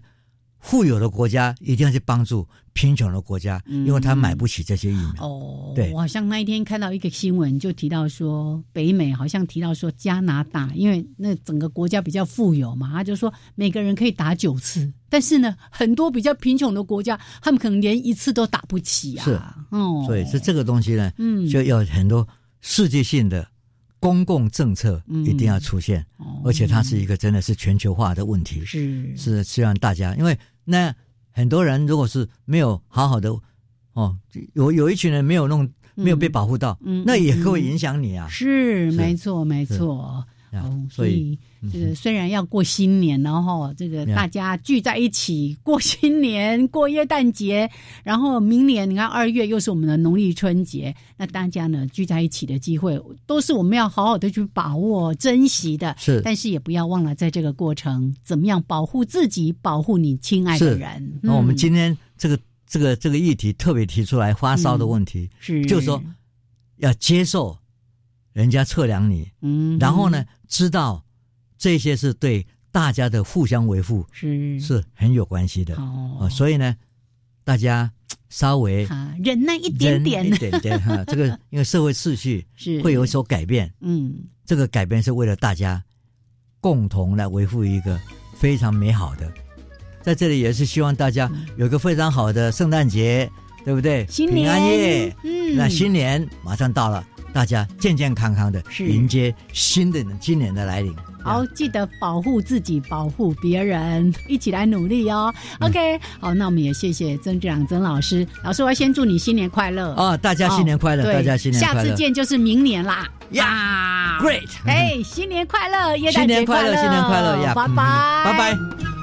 Speaker 1: 富有的国家一定要去帮助贫穷的国家，
Speaker 2: 嗯
Speaker 1: 因为他买不起这些疫苗。
Speaker 2: 哦，
Speaker 1: 对
Speaker 2: 我好像那一天看到一个新闻，就提到说北美好像提到说加拿大，因为那整个国家比较富有嘛，他就说每个人可以打九次，但是呢，很多比较贫穷的国家，他们可能连一次都打不起啊。
Speaker 1: 是，
Speaker 2: 哦，
Speaker 1: 所以是这个东西呢，
Speaker 2: 嗯，
Speaker 1: 就要很多世界性的公共政策
Speaker 2: 嗯
Speaker 1: 一定要出现，
Speaker 2: 哦
Speaker 1: 而且它是一个真的是全球化的问题，
Speaker 2: 是
Speaker 1: 是希望大家，因为那很多人如果是没有好好的哦，有有一群人没有弄没有被保护到，
Speaker 2: 嗯嗯
Speaker 1: 那也会影响你啊。
Speaker 2: 是，
Speaker 1: 是
Speaker 2: 没错，没
Speaker 1: 是
Speaker 2: 错。
Speaker 1: 啊
Speaker 2: 哦，所
Speaker 1: 所以嗯
Speaker 2: 以这个虽然要过新年，然后这个大家聚在一起过新年、过耶诞节，然后明年你看二月又是我们的农历春节，那大家呢聚在一起的机会都是我们要好好的去把握、珍惜的。
Speaker 1: 是
Speaker 2: 但是也不要忘了在这个过程怎么样保护自己、保护你亲爱的
Speaker 1: 是
Speaker 2: 人。
Speaker 1: 那我们
Speaker 2: 嗯
Speaker 1: 今天这个这个这个议题特别提出来发烧
Speaker 2: 嗯
Speaker 1: 的问题，
Speaker 2: 是
Speaker 1: 就是说要接受人家测量你，
Speaker 2: 嗯，
Speaker 1: 然后呢，知道这些是对大家的互相维护
Speaker 2: 是
Speaker 1: 是很有关系的
Speaker 2: 嗯哦
Speaker 1: 啊，，所以呢，大家嘖稍微
Speaker 2: 啊忍耐一点
Speaker 1: 忍
Speaker 2: 点
Speaker 1: 一点点哈，这个因为社会秩序
Speaker 2: 是
Speaker 1: 会有所改变，
Speaker 2: 嗯。
Speaker 1: 这个改变是为了大家共同来维护一个非常美好的。在这里也是希望大家有个非常好的圣诞节，对不对？
Speaker 2: 嗯新年
Speaker 1: 平安夜，
Speaker 2: 嗯
Speaker 1: 那新年马上到了，大家健健康康的
Speaker 2: 是
Speaker 1: 迎接新的今年的来临。
Speaker 2: 好，记得保护自己，保护别人，一起来努力哦。OK，好，
Speaker 1: 嗯
Speaker 2: 那我们也谢谢曾志朗曾老师，老师，我要先祝你新年快乐
Speaker 1: 啊、大家新年快乐！
Speaker 2: 哦对
Speaker 1: 大家新年快
Speaker 2: 下
Speaker 1: 乐嗯
Speaker 2: 次见就是明年啦。
Speaker 1: 呀
Speaker 2: 呀
Speaker 1: ！Great，
Speaker 2: 哎，新年快乐，耶诞
Speaker 1: 新
Speaker 2: 节
Speaker 1: 年快乐，新年快乐呀！
Speaker 2: 拜拜，
Speaker 1: 嗯拜拜。